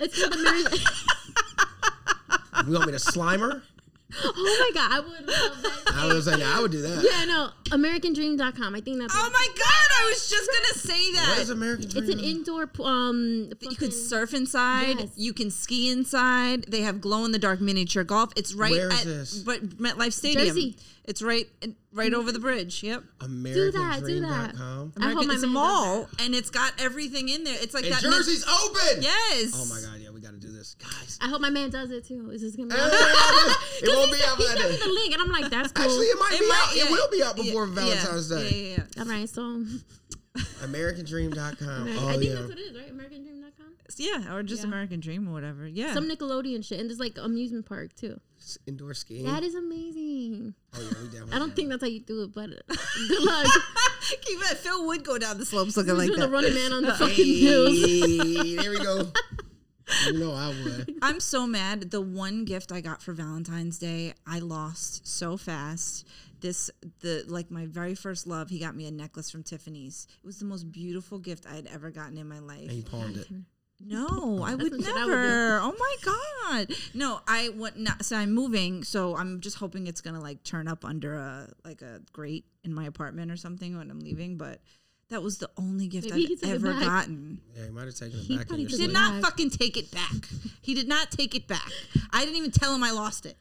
[SPEAKER 5] it's called the Mary.
[SPEAKER 4] You want me to Slimer?
[SPEAKER 5] oh my god! I would love that.
[SPEAKER 4] I was like, yeah, I would do that.
[SPEAKER 5] Yeah, no. AmericanDream.com. I think that's.
[SPEAKER 3] Oh my god! I was just gonna say
[SPEAKER 4] What
[SPEAKER 3] that.
[SPEAKER 4] is American Dream?
[SPEAKER 5] it's an indoor p- um.
[SPEAKER 3] you could
[SPEAKER 5] fucking-
[SPEAKER 3] surf inside.
[SPEAKER 5] Yes.
[SPEAKER 3] You can ski inside. They have glow in the dark miniature golf. It's right
[SPEAKER 4] Where is
[SPEAKER 3] at
[SPEAKER 4] this?
[SPEAKER 3] but MetLife Stadium.
[SPEAKER 5] Jersey.
[SPEAKER 3] It's right right over the bridge. Yep.
[SPEAKER 5] do that. Do that.
[SPEAKER 4] AmericanDream.com.
[SPEAKER 5] I hope
[SPEAKER 3] American,
[SPEAKER 5] my
[SPEAKER 3] it's
[SPEAKER 5] man does
[SPEAKER 3] a mall and it's got everything in there. It's like
[SPEAKER 4] And
[SPEAKER 3] that. mid-
[SPEAKER 4] Jersey's open.
[SPEAKER 3] yes.
[SPEAKER 4] Oh my god, yeah, we got to do this, guys.
[SPEAKER 5] I hope my man does it too. Is this gonna be?
[SPEAKER 4] Hey,
[SPEAKER 5] out?
[SPEAKER 4] Uh, it won't be
[SPEAKER 5] He
[SPEAKER 4] out by
[SPEAKER 5] sent
[SPEAKER 4] that
[SPEAKER 5] me
[SPEAKER 4] day.
[SPEAKER 5] the link, and I'm like, that's cool.
[SPEAKER 4] Actually, it might be out.
[SPEAKER 3] yeah,
[SPEAKER 4] It will be out before
[SPEAKER 3] yeah,
[SPEAKER 4] Valentine's
[SPEAKER 3] yeah,
[SPEAKER 4] Day.
[SPEAKER 3] Yeah, yeah, yeah.
[SPEAKER 5] All right, so
[SPEAKER 4] AmericanDream.com.
[SPEAKER 5] Ameri- I
[SPEAKER 4] Oh
[SPEAKER 5] think
[SPEAKER 4] yeah.
[SPEAKER 5] that's what it is, right? AmericanDream.com.
[SPEAKER 3] Yeah, or just
[SPEAKER 5] Yeah.
[SPEAKER 3] American Dream or whatever. Yeah.
[SPEAKER 5] Some Nickelodeon shit, and there's like amusement park too.
[SPEAKER 4] It's indoor skiing.
[SPEAKER 5] That is amazing.
[SPEAKER 4] oh yeah, we definitely.
[SPEAKER 5] I don't think that's how you do it, but uh, good luck.
[SPEAKER 3] Can you bet Phil would go down the slopes looking
[SPEAKER 5] You're
[SPEAKER 3] like
[SPEAKER 5] doing
[SPEAKER 3] that.
[SPEAKER 5] the running man on the fucking hills.
[SPEAKER 4] Hey, there we go. You know I would.
[SPEAKER 3] I'm so mad. The one gift I got for Valentine's Day, I lost so fast. This the like my very first love, he got me a necklace from Tiffany's. It was the most beautiful gift I had ever gotten in my life.
[SPEAKER 4] And he pawned it.
[SPEAKER 3] No, I would
[SPEAKER 5] That's what I would
[SPEAKER 3] never. Oh my god. No, I would not. So I'm moving. So I'm just hoping it's gonna like turn up under a like a grate in my apartment or something when I'm leaving. But that was the only gift
[SPEAKER 5] Maybe he
[SPEAKER 3] I've
[SPEAKER 5] took it
[SPEAKER 3] ever
[SPEAKER 5] back.
[SPEAKER 3] gotten.
[SPEAKER 4] Yeah, he might have taken it
[SPEAKER 5] He
[SPEAKER 4] back.
[SPEAKER 5] probably
[SPEAKER 4] in
[SPEAKER 5] took
[SPEAKER 4] your
[SPEAKER 5] it
[SPEAKER 3] Did
[SPEAKER 4] sleep.
[SPEAKER 5] back.
[SPEAKER 3] not
[SPEAKER 5] Black.
[SPEAKER 3] fucking take it back. He did not take it back. I didn't even tell him I lost it.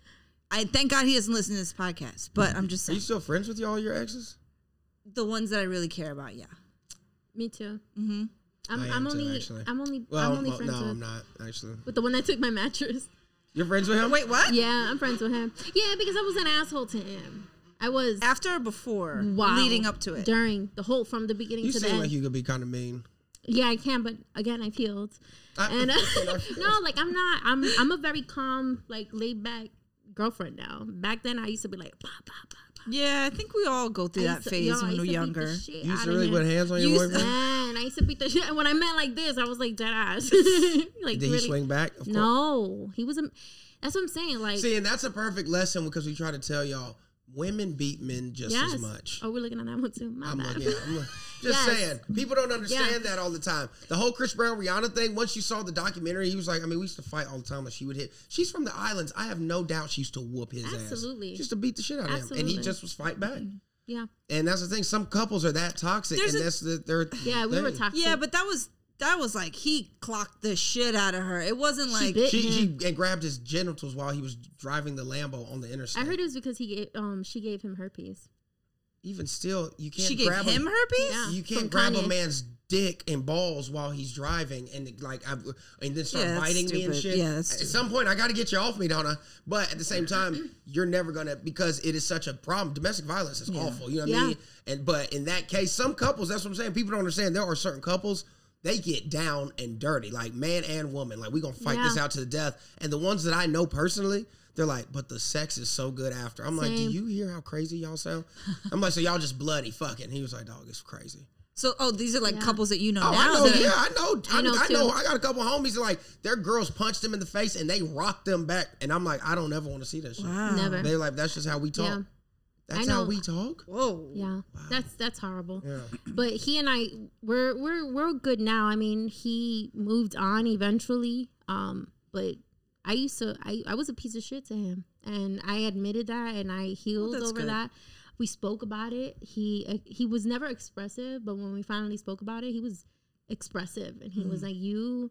[SPEAKER 3] I thank God he doesn't listen to this podcast. But I'm just
[SPEAKER 4] Are you
[SPEAKER 3] saying
[SPEAKER 4] still friends with all your exes?
[SPEAKER 3] the ones that I really care about. Yeah.
[SPEAKER 5] Me too.
[SPEAKER 3] Mm-hmm.
[SPEAKER 5] I'm,
[SPEAKER 4] I am
[SPEAKER 5] I'm
[SPEAKER 4] too,
[SPEAKER 5] only,
[SPEAKER 4] actually.
[SPEAKER 5] I'm only,
[SPEAKER 4] Well,
[SPEAKER 5] I'm only
[SPEAKER 4] well,
[SPEAKER 5] friends
[SPEAKER 4] no,
[SPEAKER 5] with,
[SPEAKER 4] I'm not actually.
[SPEAKER 5] with the one that took my mattress.
[SPEAKER 4] You're friends with him?
[SPEAKER 3] Wait, what?
[SPEAKER 5] Yeah, I'm friends with him. Yeah, because I was an asshole to him. I was
[SPEAKER 3] After or before?
[SPEAKER 5] wow
[SPEAKER 3] Leading up to it.
[SPEAKER 5] during the whole from the beginning
[SPEAKER 4] you
[SPEAKER 5] to the
[SPEAKER 4] seem
[SPEAKER 5] end.
[SPEAKER 4] like you could be kind of mean.
[SPEAKER 5] yeah, I can, but again, I've healed.
[SPEAKER 4] I-
[SPEAKER 5] and uh,
[SPEAKER 4] I feel-
[SPEAKER 5] no, like I'm not. I'm I'm a very calm, like laid back girlfriend now. Back then, I used to be like, bah, bah, bah, bah.
[SPEAKER 3] Yeah, I think we all go through
[SPEAKER 5] I
[SPEAKER 3] that
[SPEAKER 5] used to-
[SPEAKER 3] phase
[SPEAKER 5] yo, I
[SPEAKER 3] when
[SPEAKER 5] used
[SPEAKER 3] we're
[SPEAKER 5] to beat the
[SPEAKER 3] younger.
[SPEAKER 5] shit
[SPEAKER 4] You used
[SPEAKER 5] outta
[SPEAKER 4] to really
[SPEAKER 5] him.
[SPEAKER 4] put hands on your
[SPEAKER 3] You used-
[SPEAKER 4] boyfriend.
[SPEAKER 5] Man, I used to beat the shit. When I meant like this, I was like dead ass. like
[SPEAKER 4] Did he
[SPEAKER 5] really-
[SPEAKER 4] swing back? Of course.
[SPEAKER 5] No, he was a. That's what I'm saying. Like
[SPEAKER 4] See, and that's a perfect lesson because we try to tell y'all women beat men just
[SPEAKER 5] yes.
[SPEAKER 4] as much.
[SPEAKER 5] Oh, we're looking at that one too. My
[SPEAKER 4] I'm
[SPEAKER 5] bad.
[SPEAKER 4] looking. I'm look- just
[SPEAKER 5] Yes.
[SPEAKER 4] saying, people don't understand that all the time. The whole Chris Brown Rihanna thing. Once you saw the documentary, he was like, I mean, we used to fight all the time. And she would hit. She's from the islands. I have no doubt she used to whoop his ass.
[SPEAKER 5] Absolutely.
[SPEAKER 4] She used to beat the shit out of him, and he
[SPEAKER 5] Absolutely. Mm-hmm.
[SPEAKER 4] just was fight back.
[SPEAKER 5] yeah,
[SPEAKER 4] And that's the thing. Some couples are that toxic,
[SPEAKER 3] There's
[SPEAKER 4] and
[SPEAKER 3] a-
[SPEAKER 4] that's the third.
[SPEAKER 5] yeah, we were
[SPEAKER 4] thing.
[SPEAKER 5] toxic.
[SPEAKER 3] Yeah, but that was that was like he clocked the shit out of her. It wasn't like
[SPEAKER 5] bit
[SPEAKER 4] She,
[SPEAKER 5] him.
[SPEAKER 4] she and grabbed his genitals while he was driving the Lambo on the interstate.
[SPEAKER 5] I heard it was because he gave, um she gave him herpes.
[SPEAKER 4] Even still, you can't
[SPEAKER 3] she gave
[SPEAKER 4] grab
[SPEAKER 3] him
[SPEAKER 4] a-
[SPEAKER 3] herpes.
[SPEAKER 5] Yeah.
[SPEAKER 4] You can't
[SPEAKER 5] from
[SPEAKER 4] grab a
[SPEAKER 5] Kanye.
[SPEAKER 4] man's dick and balls while he's driving and like I and then start
[SPEAKER 3] Yeah, that's
[SPEAKER 4] biting me and
[SPEAKER 3] stupid.
[SPEAKER 4] shit.
[SPEAKER 3] Yeah, that's
[SPEAKER 4] at
[SPEAKER 3] stupid.
[SPEAKER 4] some point I got to get you off me, Donna. But at the same time, you're never gonna because it is such a problem. Domestic violence is awful. You know what I
[SPEAKER 5] Yeah.
[SPEAKER 4] mean? And but in that case, some couples. That's what I'm saying. People don't understand. There are certain couples. They get down and dirty, like man and woman. Like we gonna fight this
[SPEAKER 5] Yeah.
[SPEAKER 4] out to the death. And the ones that I know personally, they're like, but the sex is so good after. I'm like, do
[SPEAKER 5] Same.
[SPEAKER 4] you hear how crazy y'all sound? I'm like, so y'all just bloody fucking. He was like, dog, it's crazy.
[SPEAKER 3] So oh, these are like
[SPEAKER 5] Yeah.
[SPEAKER 3] couples that you know
[SPEAKER 4] Oh, I
[SPEAKER 3] now.
[SPEAKER 4] know.
[SPEAKER 3] that-
[SPEAKER 4] Yeah, I know. I, I
[SPEAKER 5] I
[SPEAKER 4] know.
[SPEAKER 5] know,
[SPEAKER 4] I
[SPEAKER 5] too.
[SPEAKER 4] got a couple homies that like their girls punched them in the face and they rocked them back. And I'm like, I don't ever want to see that shit.
[SPEAKER 3] Wow.
[SPEAKER 5] Never.
[SPEAKER 4] They're like, that's just how we talk.
[SPEAKER 5] Yeah.
[SPEAKER 4] That's
[SPEAKER 5] I
[SPEAKER 4] how
[SPEAKER 5] know.
[SPEAKER 4] we talk.
[SPEAKER 3] Whoa.
[SPEAKER 5] Yeah, that's that's horrible.
[SPEAKER 4] Yeah.
[SPEAKER 5] But he and I, we're we're we're good now. I mean, he moved on eventually. Um, but I used to, I I was a piece of shit to him, and I admitted that, and I healed
[SPEAKER 3] that's
[SPEAKER 5] over
[SPEAKER 3] good.
[SPEAKER 5] that. We spoke about it. He uh, he was never expressive, but when we finally spoke about it, he was expressive, and he
[SPEAKER 3] Hmm.
[SPEAKER 5] was like, "You,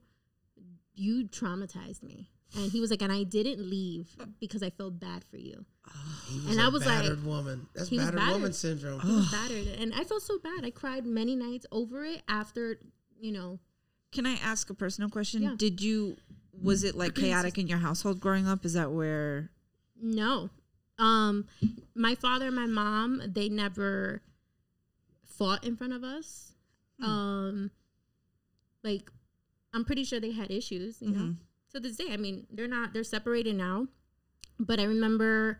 [SPEAKER 5] you traumatized me." And he was like, and I didn't leave because I felt bad for you.
[SPEAKER 4] He
[SPEAKER 5] And
[SPEAKER 4] a
[SPEAKER 5] I was like-
[SPEAKER 4] battered woman. That's
[SPEAKER 5] He was
[SPEAKER 4] battered, woman
[SPEAKER 5] battered.
[SPEAKER 4] syndrome.
[SPEAKER 5] He was battered, and I felt so bad. I cried many nights over it after, you know,
[SPEAKER 3] Can I ask a personal question?
[SPEAKER 5] Yeah.
[SPEAKER 3] Did you was it like chaotic in your household growing up? Is that where
[SPEAKER 5] No. Um my father and my mom, they never fought in front of us. Um like I'm pretty sure they had issues, you know. To this day, I mean, they're not they're separated now. But I remember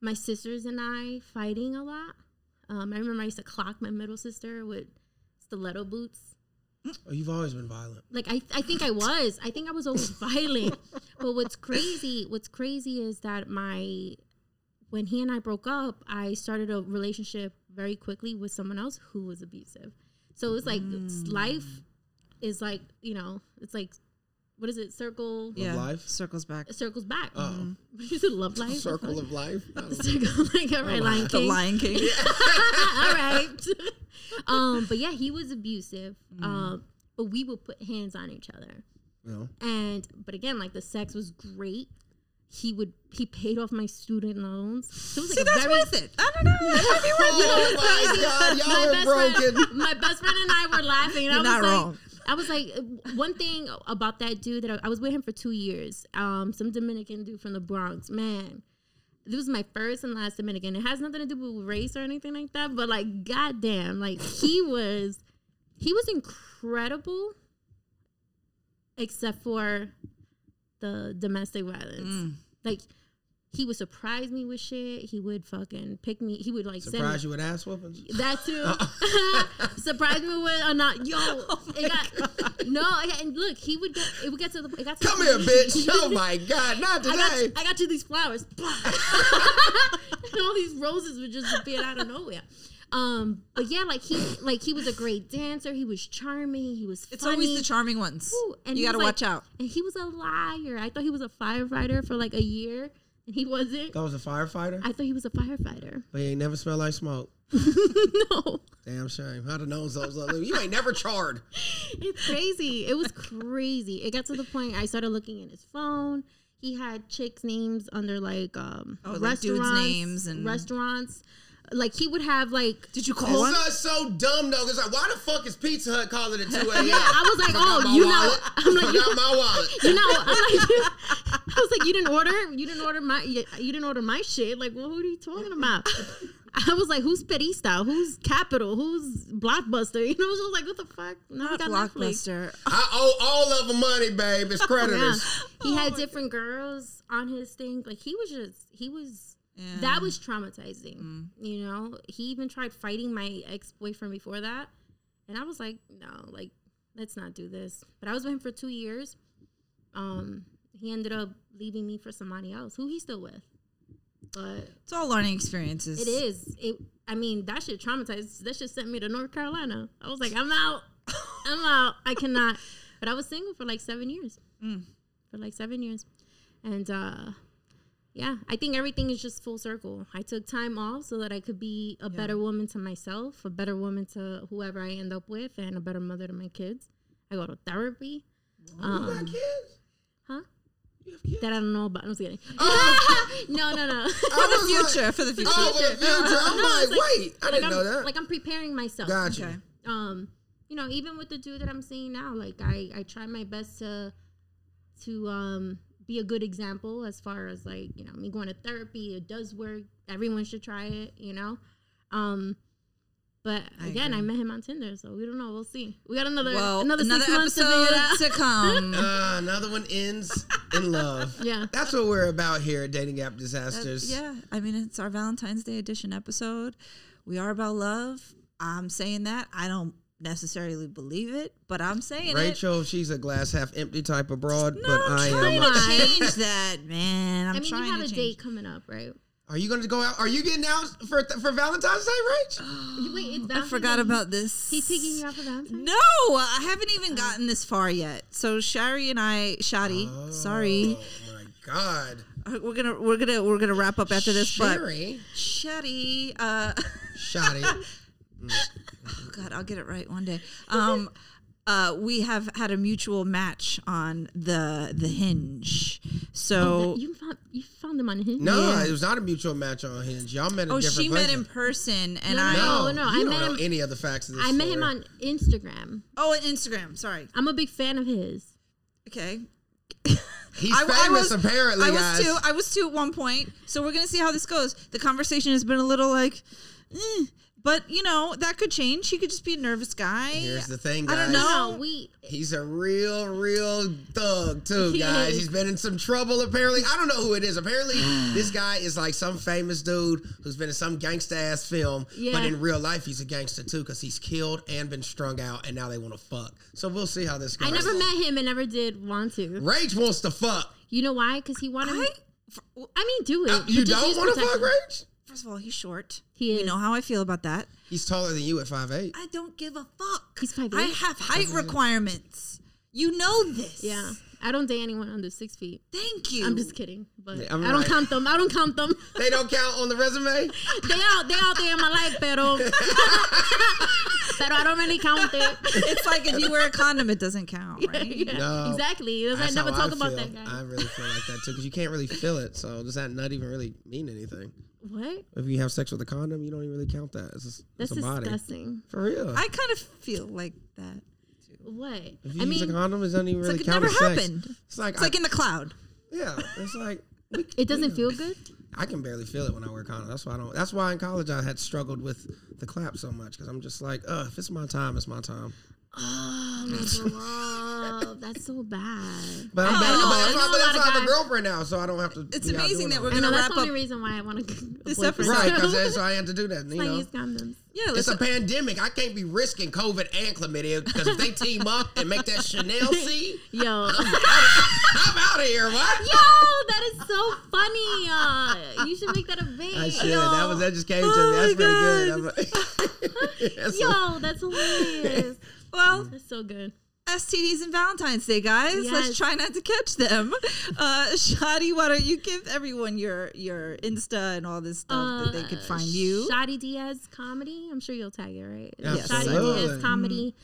[SPEAKER 5] my sisters and I fighting a lot. Um I remember I used to clock my middle sister with stiletto boots.
[SPEAKER 4] Oh, you've always been violent.
[SPEAKER 5] Like I, I think I was. I think I was always violent. but what's crazy, what's crazy is that my when he and I broke up, I started a relationship very quickly with someone else who was abusive. So it's like it's-
[SPEAKER 3] Mm.
[SPEAKER 5] life is like, you know, it's like what is it? Circle
[SPEAKER 3] yeah.
[SPEAKER 4] life?
[SPEAKER 3] Circles back.
[SPEAKER 5] it circles back. Mm.
[SPEAKER 4] Oh.
[SPEAKER 5] Is it love life?
[SPEAKER 4] Circle of life. I don't know.
[SPEAKER 5] circle like all right, Lion
[SPEAKER 3] Oh, The
[SPEAKER 5] King.
[SPEAKER 3] Lion King.
[SPEAKER 5] all right. um, but yeah, he was abusive.
[SPEAKER 3] Mm.
[SPEAKER 5] Um, but we would put hands on each other.
[SPEAKER 4] No.
[SPEAKER 5] And but again, like the sex was great. He would he paid off my student loans. So it was
[SPEAKER 3] See,
[SPEAKER 5] like
[SPEAKER 3] that's
[SPEAKER 5] a very
[SPEAKER 3] worth it. I don't know. That might be worth it.
[SPEAKER 4] Oh my God,
[SPEAKER 5] my
[SPEAKER 4] y'all are
[SPEAKER 5] best
[SPEAKER 4] broken.
[SPEAKER 5] friend, my best friend and I were laughing. And
[SPEAKER 3] You're
[SPEAKER 5] I was
[SPEAKER 3] not
[SPEAKER 5] like,
[SPEAKER 3] wrong.
[SPEAKER 5] I was like, one thing about that dude that I, I was with him for two years. Um, some Dominican dude from the Bronx, man. This was my first and last Dominican. It has nothing to do with race or anything like that. But like, goddamn, like he was, he was incredible, except for the domestic violence.
[SPEAKER 4] Mm.
[SPEAKER 5] Like. He would surprise me with shit. He would fucking pick me. He would like send me-
[SPEAKER 4] Surprise you with ass whoopings.
[SPEAKER 5] that too. Surprise me with or not, yo.
[SPEAKER 3] Oh
[SPEAKER 5] it got, no, I, and look, he would get. It would get to the. It got to
[SPEAKER 4] Come
[SPEAKER 5] the
[SPEAKER 4] here,
[SPEAKER 5] point-
[SPEAKER 4] bitch. Oh my God, not
[SPEAKER 5] I got,
[SPEAKER 4] today.
[SPEAKER 5] I got you these flowers. and all these roses would just appear out of nowhere. Um, but yeah, like he, like he was a great dancer. He was charming. He was. Funny.
[SPEAKER 3] It's always the charming ones.
[SPEAKER 5] Ooh,
[SPEAKER 3] you
[SPEAKER 5] he
[SPEAKER 3] got to
[SPEAKER 5] was like-
[SPEAKER 3] watch out.
[SPEAKER 5] And he was a liar. I thought he was a firefighter for like a year, and he wasn't.
[SPEAKER 4] That was a firefighter,
[SPEAKER 5] I thought he was a firefighter.
[SPEAKER 4] but he ain't never smelled like smoke.
[SPEAKER 5] no.
[SPEAKER 4] Damn shame. How the nose those up? You ain't never charred.
[SPEAKER 5] It's crazy. It was crazy. It got to the point I started looking at his phone. He had chicks' names under like um
[SPEAKER 3] Oh, like
[SPEAKER 5] restaurants,
[SPEAKER 3] dudes' names and-
[SPEAKER 5] restaurants. Like he would have like
[SPEAKER 3] Did you
[SPEAKER 5] Oh,
[SPEAKER 3] call
[SPEAKER 4] It's
[SPEAKER 3] one?
[SPEAKER 4] not so dumb though. It's like, why the fuck is Pizza Hut calling at 2 a.m.?
[SPEAKER 5] yeah. I was like,
[SPEAKER 4] Forgot
[SPEAKER 5] oh,
[SPEAKER 4] my
[SPEAKER 5] you know,
[SPEAKER 4] wallet.
[SPEAKER 5] I'm like, you,
[SPEAKER 4] Forgot my wallet.
[SPEAKER 5] you know, I'm like, I was like, you didn't order, you didn't order my, you didn't order my shit. Like, well, what are you talking about? I was like, who's Perista? Who's Capital? Who's Blockbuster? You know, I was just like, what the fuck? Now we
[SPEAKER 3] Not
[SPEAKER 5] got Netflix.
[SPEAKER 3] blockbuster.
[SPEAKER 4] I owe all of them money, babe. It's creditors.
[SPEAKER 5] He had different girls on his thing. Like he was just he was that was traumatizing.
[SPEAKER 3] Mm.
[SPEAKER 5] You know, he even tried fighting my ex boyfriend before that, and I was like, no, like let's not do this. But I was with him for two years. Um, he ended up leaving me for somebody else, who he's still with. But
[SPEAKER 3] It's all learning experiences.
[SPEAKER 5] it is it. I mean, that shit traumatized. That shit sent me to North Carolina. I was like, I'm out. I'm out. I cannot. But I was single for like seven years.
[SPEAKER 4] Mm.
[SPEAKER 5] For like seven years. And uh yeah, I think everything is just full circle. I took time off so that I could be a better woman to myself, a better woman to whoever I end up with, and a better mother to my kids. I go to therapy.
[SPEAKER 4] You got
[SPEAKER 5] Um,
[SPEAKER 4] kids?
[SPEAKER 5] huh?
[SPEAKER 4] You have kids? Oh.
[SPEAKER 5] That I don't know about. I'm just kidding. no, no, no.
[SPEAKER 4] I
[SPEAKER 3] For the
[SPEAKER 4] was like-
[SPEAKER 3] future. for the future.
[SPEAKER 4] Oh, for the future. I'm
[SPEAKER 5] No,
[SPEAKER 4] like,
[SPEAKER 5] it's like-
[SPEAKER 4] wait, I didn't
[SPEAKER 5] like
[SPEAKER 4] know
[SPEAKER 5] I'm,
[SPEAKER 4] that.
[SPEAKER 5] Like I'm preparing myself.
[SPEAKER 4] gotcha.
[SPEAKER 3] Okay.
[SPEAKER 5] Um, you know, even with the dude that I'm seeing now, like I I try my best to to um be a good example as far as like you know me going to therapy. It does work. Everyone should try it. You know, um. But
[SPEAKER 3] I
[SPEAKER 5] again, I,
[SPEAKER 3] agree.
[SPEAKER 5] met him on Tinder, so we don't know. We'll see. We got another
[SPEAKER 3] Well,
[SPEAKER 5] another,
[SPEAKER 3] another,
[SPEAKER 5] six months to figure
[SPEAKER 3] episode
[SPEAKER 5] it out.
[SPEAKER 3] to, come.
[SPEAKER 4] Uh, another one ends in love.
[SPEAKER 5] yeah.
[SPEAKER 4] That's what we're about here at Dating App Disasters.
[SPEAKER 3] yeah, I mean, it's our Valentine's Day edition episode. We are about love. I'm saying that. I don't necessarily believe it, but I'm saying it.
[SPEAKER 4] Rachel, she's a glass half empty type of broad,
[SPEAKER 3] No,
[SPEAKER 4] but I
[SPEAKER 3] I'm
[SPEAKER 4] am.
[SPEAKER 3] trying
[SPEAKER 5] am-
[SPEAKER 3] to change that, man. I'm
[SPEAKER 5] i mean,
[SPEAKER 3] trying
[SPEAKER 5] you have
[SPEAKER 3] to
[SPEAKER 5] a
[SPEAKER 3] change.
[SPEAKER 5] date coming up, right?
[SPEAKER 4] Are you going to go out? Are you getting out for for Valentine's Day, Rach?
[SPEAKER 5] You- Wait, it's
[SPEAKER 3] I
[SPEAKER 5] Valentine's
[SPEAKER 3] forgot
[SPEAKER 5] Day.
[SPEAKER 3] about this.
[SPEAKER 5] He's taking you out for Valentine's.
[SPEAKER 3] No, I haven't
[SPEAKER 5] Oh.
[SPEAKER 3] even gotten this far yet. So Shari and I, Shadi, sorry,
[SPEAKER 4] Oh my God,
[SPEAKER 3] Uh, we're gonna we're gonna we're gonna wrap up after this.
[SPEAKER 4] Sherry,
[SPEAKER 3] But Shadi, uh,
[SPEAKER 4] shot it.
[SPEAKER 3] oh God, I'll get it right one day. Um, uh, we have had a mutual match on the the Hinge. So
[SPEAKER 5] Oh, That- You found you found him on Hinge.
[SPEAKER 4] No,
[SPEAKER 3] Yeah.
[SPEAKER 4] it was not a mutual match on Hinge. Y'all met a
[SPEAKER 3] oh,
[SPEAKER 4] different
[SPEAKER 3] she
[SPEAKER 4] person.
[SPEAKER 3] met in person, and
[SPEAKER 5] No,
[SPEAKER 3] I
[SPEAKER 4] No,
[SPEAKER 5] Oh, no,
[SPEAKER 4] you
[SPEAKER 5] I
[SPEAKER 4] don't
[SPEAKER 5] met
[SPEAKER 4] know
[SPEAKER 5] him-
[SPEAKER 4] any of the facts of this
[SPEAKER 5] I met him
[SPEAKER 4] story.
[SPEAKER 5] on Instagram.
[SPEAKER 3] oh, and Instagram. Sorry.
[SPEAKER 5] I'm a big fan of his.
[SPEAKER 3] Okay,
[SPEAKER 4] He's
[SPEAKER 3] I- I
[SPEAKER 4] famous,
[SPEAKER 3] was-
[SPEAKER 4] apparently,
[SPEAKER 3] I was
[SPEAKER 4] guys.
[SPEAKER 3] too. I was too at one point. So we're gonna see how this goes. The conversation has been a little like, eh, But you know that could change. He could just be a nervous guy.
[SPEAKER 4] Here's the thing,
[SPEAKER 3] I don't
[SPEAKER 4] guys.
[SPEAKER 3] know.
[SPEAKER 5] No, we.
[SPEAKER 4] He's a real, real thug too,
[SPEAKER 5] He
[SPEAKER 4] guys.
[SPEAKER 5] is.
[SPEAKER 4] He's been in some trouble apparently. I don't know who it is. Apparently, this guy is like some famous dude who's been in some gangsta ass film,
[SPEAKER 5] Yeah.
[SPEAKER 4] but in real life he's a gangster too because he's killed and been strung out, and now they want to fuck. So we'll see how this goes.
[SPEAKER 5] I never met him and never did want to.
[SPEAKER 4] Rage wants to fuck.
[SPEAKER 5] You know why? Because he wanted.
[SPEAKER 3] I,
[SPEAKER 5] I, mean, do it.
[SPEAKER 4] Uh,
[SPEAKER 5] but
[SPEAKER 4] you
[SPEAKER 5] just
[SPEAKER 4] don't
[SPEAKER 5] use
[SPEAKER 4] want to
[SPEAKER 5] protection.
[SPEAKER 4] fuck Rage?
[SPEAKER 3] first of all, he's short.
[SPEAKER 5] He
[SPEAKER 3] You
[SPEAKER 5] is.
[SPEAKER 3] know how I feel about that.
[SPEAKER 4] He's taller than you at five eight.
[SPEAKER 3] I don't give a fuck.
[SPEAKER 5] He's five
[SPEAKER 3] I
[SPEAKER 5] eight.
[SPEAKER 3] have height requirements. You know this.
[SPEAKER 5] Yeah, I don't date anyone under six feet.
[SPEAKER 3] Thank you.
[SPEAKER 5] I'm just kidding, but
[SPEAKER 4] Yeah, I'm
[SPEAKER 5] I don't
[SPEAKER 4] right.
[SPEAKER 5] count them. I don't count them.
[SPEAKER 4] They don't count on the resume.
[SPEAKER 5] they out, they out there in my life, pero, pero I don't really count it.
[SPEAKER 3] It's like if you wear a condom, it doesn't count, right?
[SPEAKER 5] Yeah,
[SPEAKER 4] No.
[SPEAKER 5] exactly. That's why I
[SPEAKER 4] That's
[SPEAKER 5] never
[SPEAKER 4] how
[SPEAKER 5] talk about
[SPEAKER 4] feel.
[SPEAKER 5] that guy.
[SPEAKER 4] I really feel like that too because you can't really feel it. So does that not even really mean anything?
[SPEAKER 5] what?
[SPEAKER 4] If you have sex with a condom, you don't even really count that. It's, just,
[SPEAKER 5] That's
[SPEAKER 4] it's a body.
[SPEAKER 5] disgusting.
[SPEAKER 4] For real.
[SPEAKER 3] I kind of feel like that.
[SPEAKER 5] What?
[SPEAKER 4] if you
[SPEAKER 5] I
[SPEAKER 4] use a
[SPEAKER 5] mean,
[SPEAKER 4] condom, it doesn't even
[SPEAKER 3] It's
[SPEAKER 4] really
[SPEAKER 3] like it
[SPEAKER 4] count
[SPEAKER 3] never
[SPEAKER 4] as sex.
[SPEAKER 3] happened.
[SPEAKER 4] It's like,
[SPEAKER 3] It's like in the cloud.
[SPEAKER 4] I, yeah, it's like we-
[SPEAKER 5] it doesn't feel good.
[SPEAKER 4] I can barely feel it when I wear a condom. That's why I don't. That's why in college I had struggled with the clap so much because I'm just like, uh, if it's my time, it's my time.
[SPEAKER 5] Oh my god, that's so bad.
[SPEAKER 4] But I'm
[SPEAKER 5] I
[SPEAKER 4] back,
[SPEAKER 5] know,
[SPEAKER 4] but
[SPEAKER 5] I know a
[SPEAKER 4] that's why- but
[SPEAKER 5] lot of
[SPEAKER 4] that's why I have a
[SPEAKER 5] guys-
[SPEAKER 4] girlfriend now, so I don't have to.
[SPEAKER 3] It's
[SPEAKER 4] be out
[SPEAKER 3] amazing
[SPEAKER 4] doing
[SPEAKER 3] that
[SPEAKER 4] all
[SPEAKER 3] we're
[SPEAKER 5] I
[SPEAKER 3] gonna
[SPEAKER 5] know that's
[SPEAKER 3] wrap
[SPEAKER 5] the only
[SPEAKER 3] up.
[SPEAKER 5] reason why I want to.
[SPEAKER 3] This episode-
[SPEAKER 4] Right, because so I had to do that. You
[SPEAKER 5] I
[SPEAKER 4] know,
[SPEAKER 5] use condoms.
[SPEAKER 3] Yeah, let's
[SPEAKER 4] It's a pandemic. I can't be risking COVID and chlamydia because if they team up and make that Chanel C,
[SPEAKER 5] Yo.
[SPEAKER 4] I'm out of here. What?
[SPEAKER 5] Yo, that is so funny. Uh, you should make that a
[SPEAKER 4] I
[SPEAKER 5] bit.
[SPEAKER 4] should.
[SPEAKER 5] Yo,
[SPEAKER 4] That was that just came
[SPEAKER 3] Oh
[SPEAKER 4] to me. That's
[SPEAKER 3] my
[SPEAKER 4] pretty good. I'm- That's-
[SPEAKER 5] yo, that's hilarious.
[SPEAKER 3] well,
[SPEAKER 5] That's so good.
[SPEAKER 3] STDs and Valentine's Day, guys. Let's
[SPEAKER 5] Yes.
[SPEAKER 3] try not to catch them. Uh, Shadi, why don't you give everyone your your Insta and all this stuff that they could find you?
[SPEAKER 5] Uh, Shadi Diaz comedy. I'm sure you'll tag it, right?
[SPEAKER 4] Yes.
[SPEAKER 5] Shadi
[SPEAKER 4] Absolutely. Mm-hmm.
[SPEAKER 5] Diaz comedy.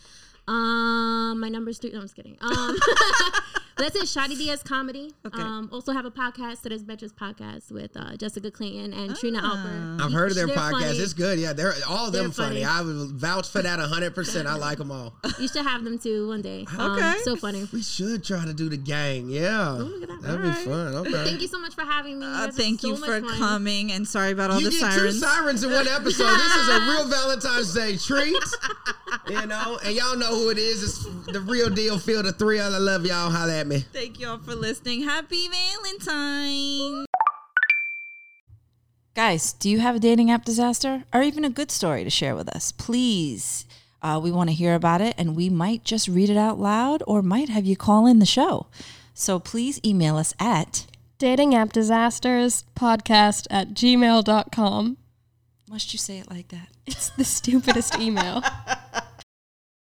[SPEAKER 5] Um, my number's three. No, I'm just kidding. Um, that's it. Shadi Diaz comedy.
[SPEAKER 3] Okay.
[SPEAKER 5] Um, also have a podcast, Today's Betches podcast with uh, Jessica Clinton and Trina Albert.
[SPEAKER 4] Ah. I've heard of their
[SPEAKER 5] They're
[SPEAKER 4] podcast.
[SPEAKER 5] funny.
[SPEAKER 4] It's good. Yeah, they're all of them
[SPEAKER 5] They're
[SPEAKER 4] funny.
[SPEAKER 5] funny.
[SPEAKER 4] I would vouch for that hundred percent. I like them all.
[SPEAKER 5] You should have them too one day. Okay.
[SPEAKER 3] Okay.
[SPEAKER 5] so funny.
[SPEAKER 4] We should try to do the gang. Yeah,
[SPEAKER 5] look at that.
[SPEAKER 4] that'd be fun. Okay.
[SPEAKER 5] Thank you so much for having me. You
[SPEAKER 3] Uh,
[SPEAKER 5] guys are
[SPEAKER 3] thank you
[SPEAKER 5] so
[SPEAKER 3] for
[SPEAKER 5] much fun.
[SPEAKER 3] coming, and sorry about all
[SPEAKER 4] You
[SPEAKER 3] the
[SPEAKER 4] get
[SPEAKER 3] sirens.
[SPEAKER 4] two sirens in one episode. this is a real Valentine's Day treat. You know, and y'all know who it is. It's the real deal. Feel the three. I love y'all. Holla at me.
[SPEAKER 3] Thank y'all for listening. Happy Valentine's.
[SPEAKER 6] Guys, do you have a dating app disaster or even a good story to share with us? Please. Uh, we want to hear about it and we might just read it out loud or might have you call in the show. So please email us at
[SPEAKER 7] Dating app disasters podcast at gmail.com.
[SPEAKER 6] must you say it like that?
[SPEAKER 7] It's the stupidest email.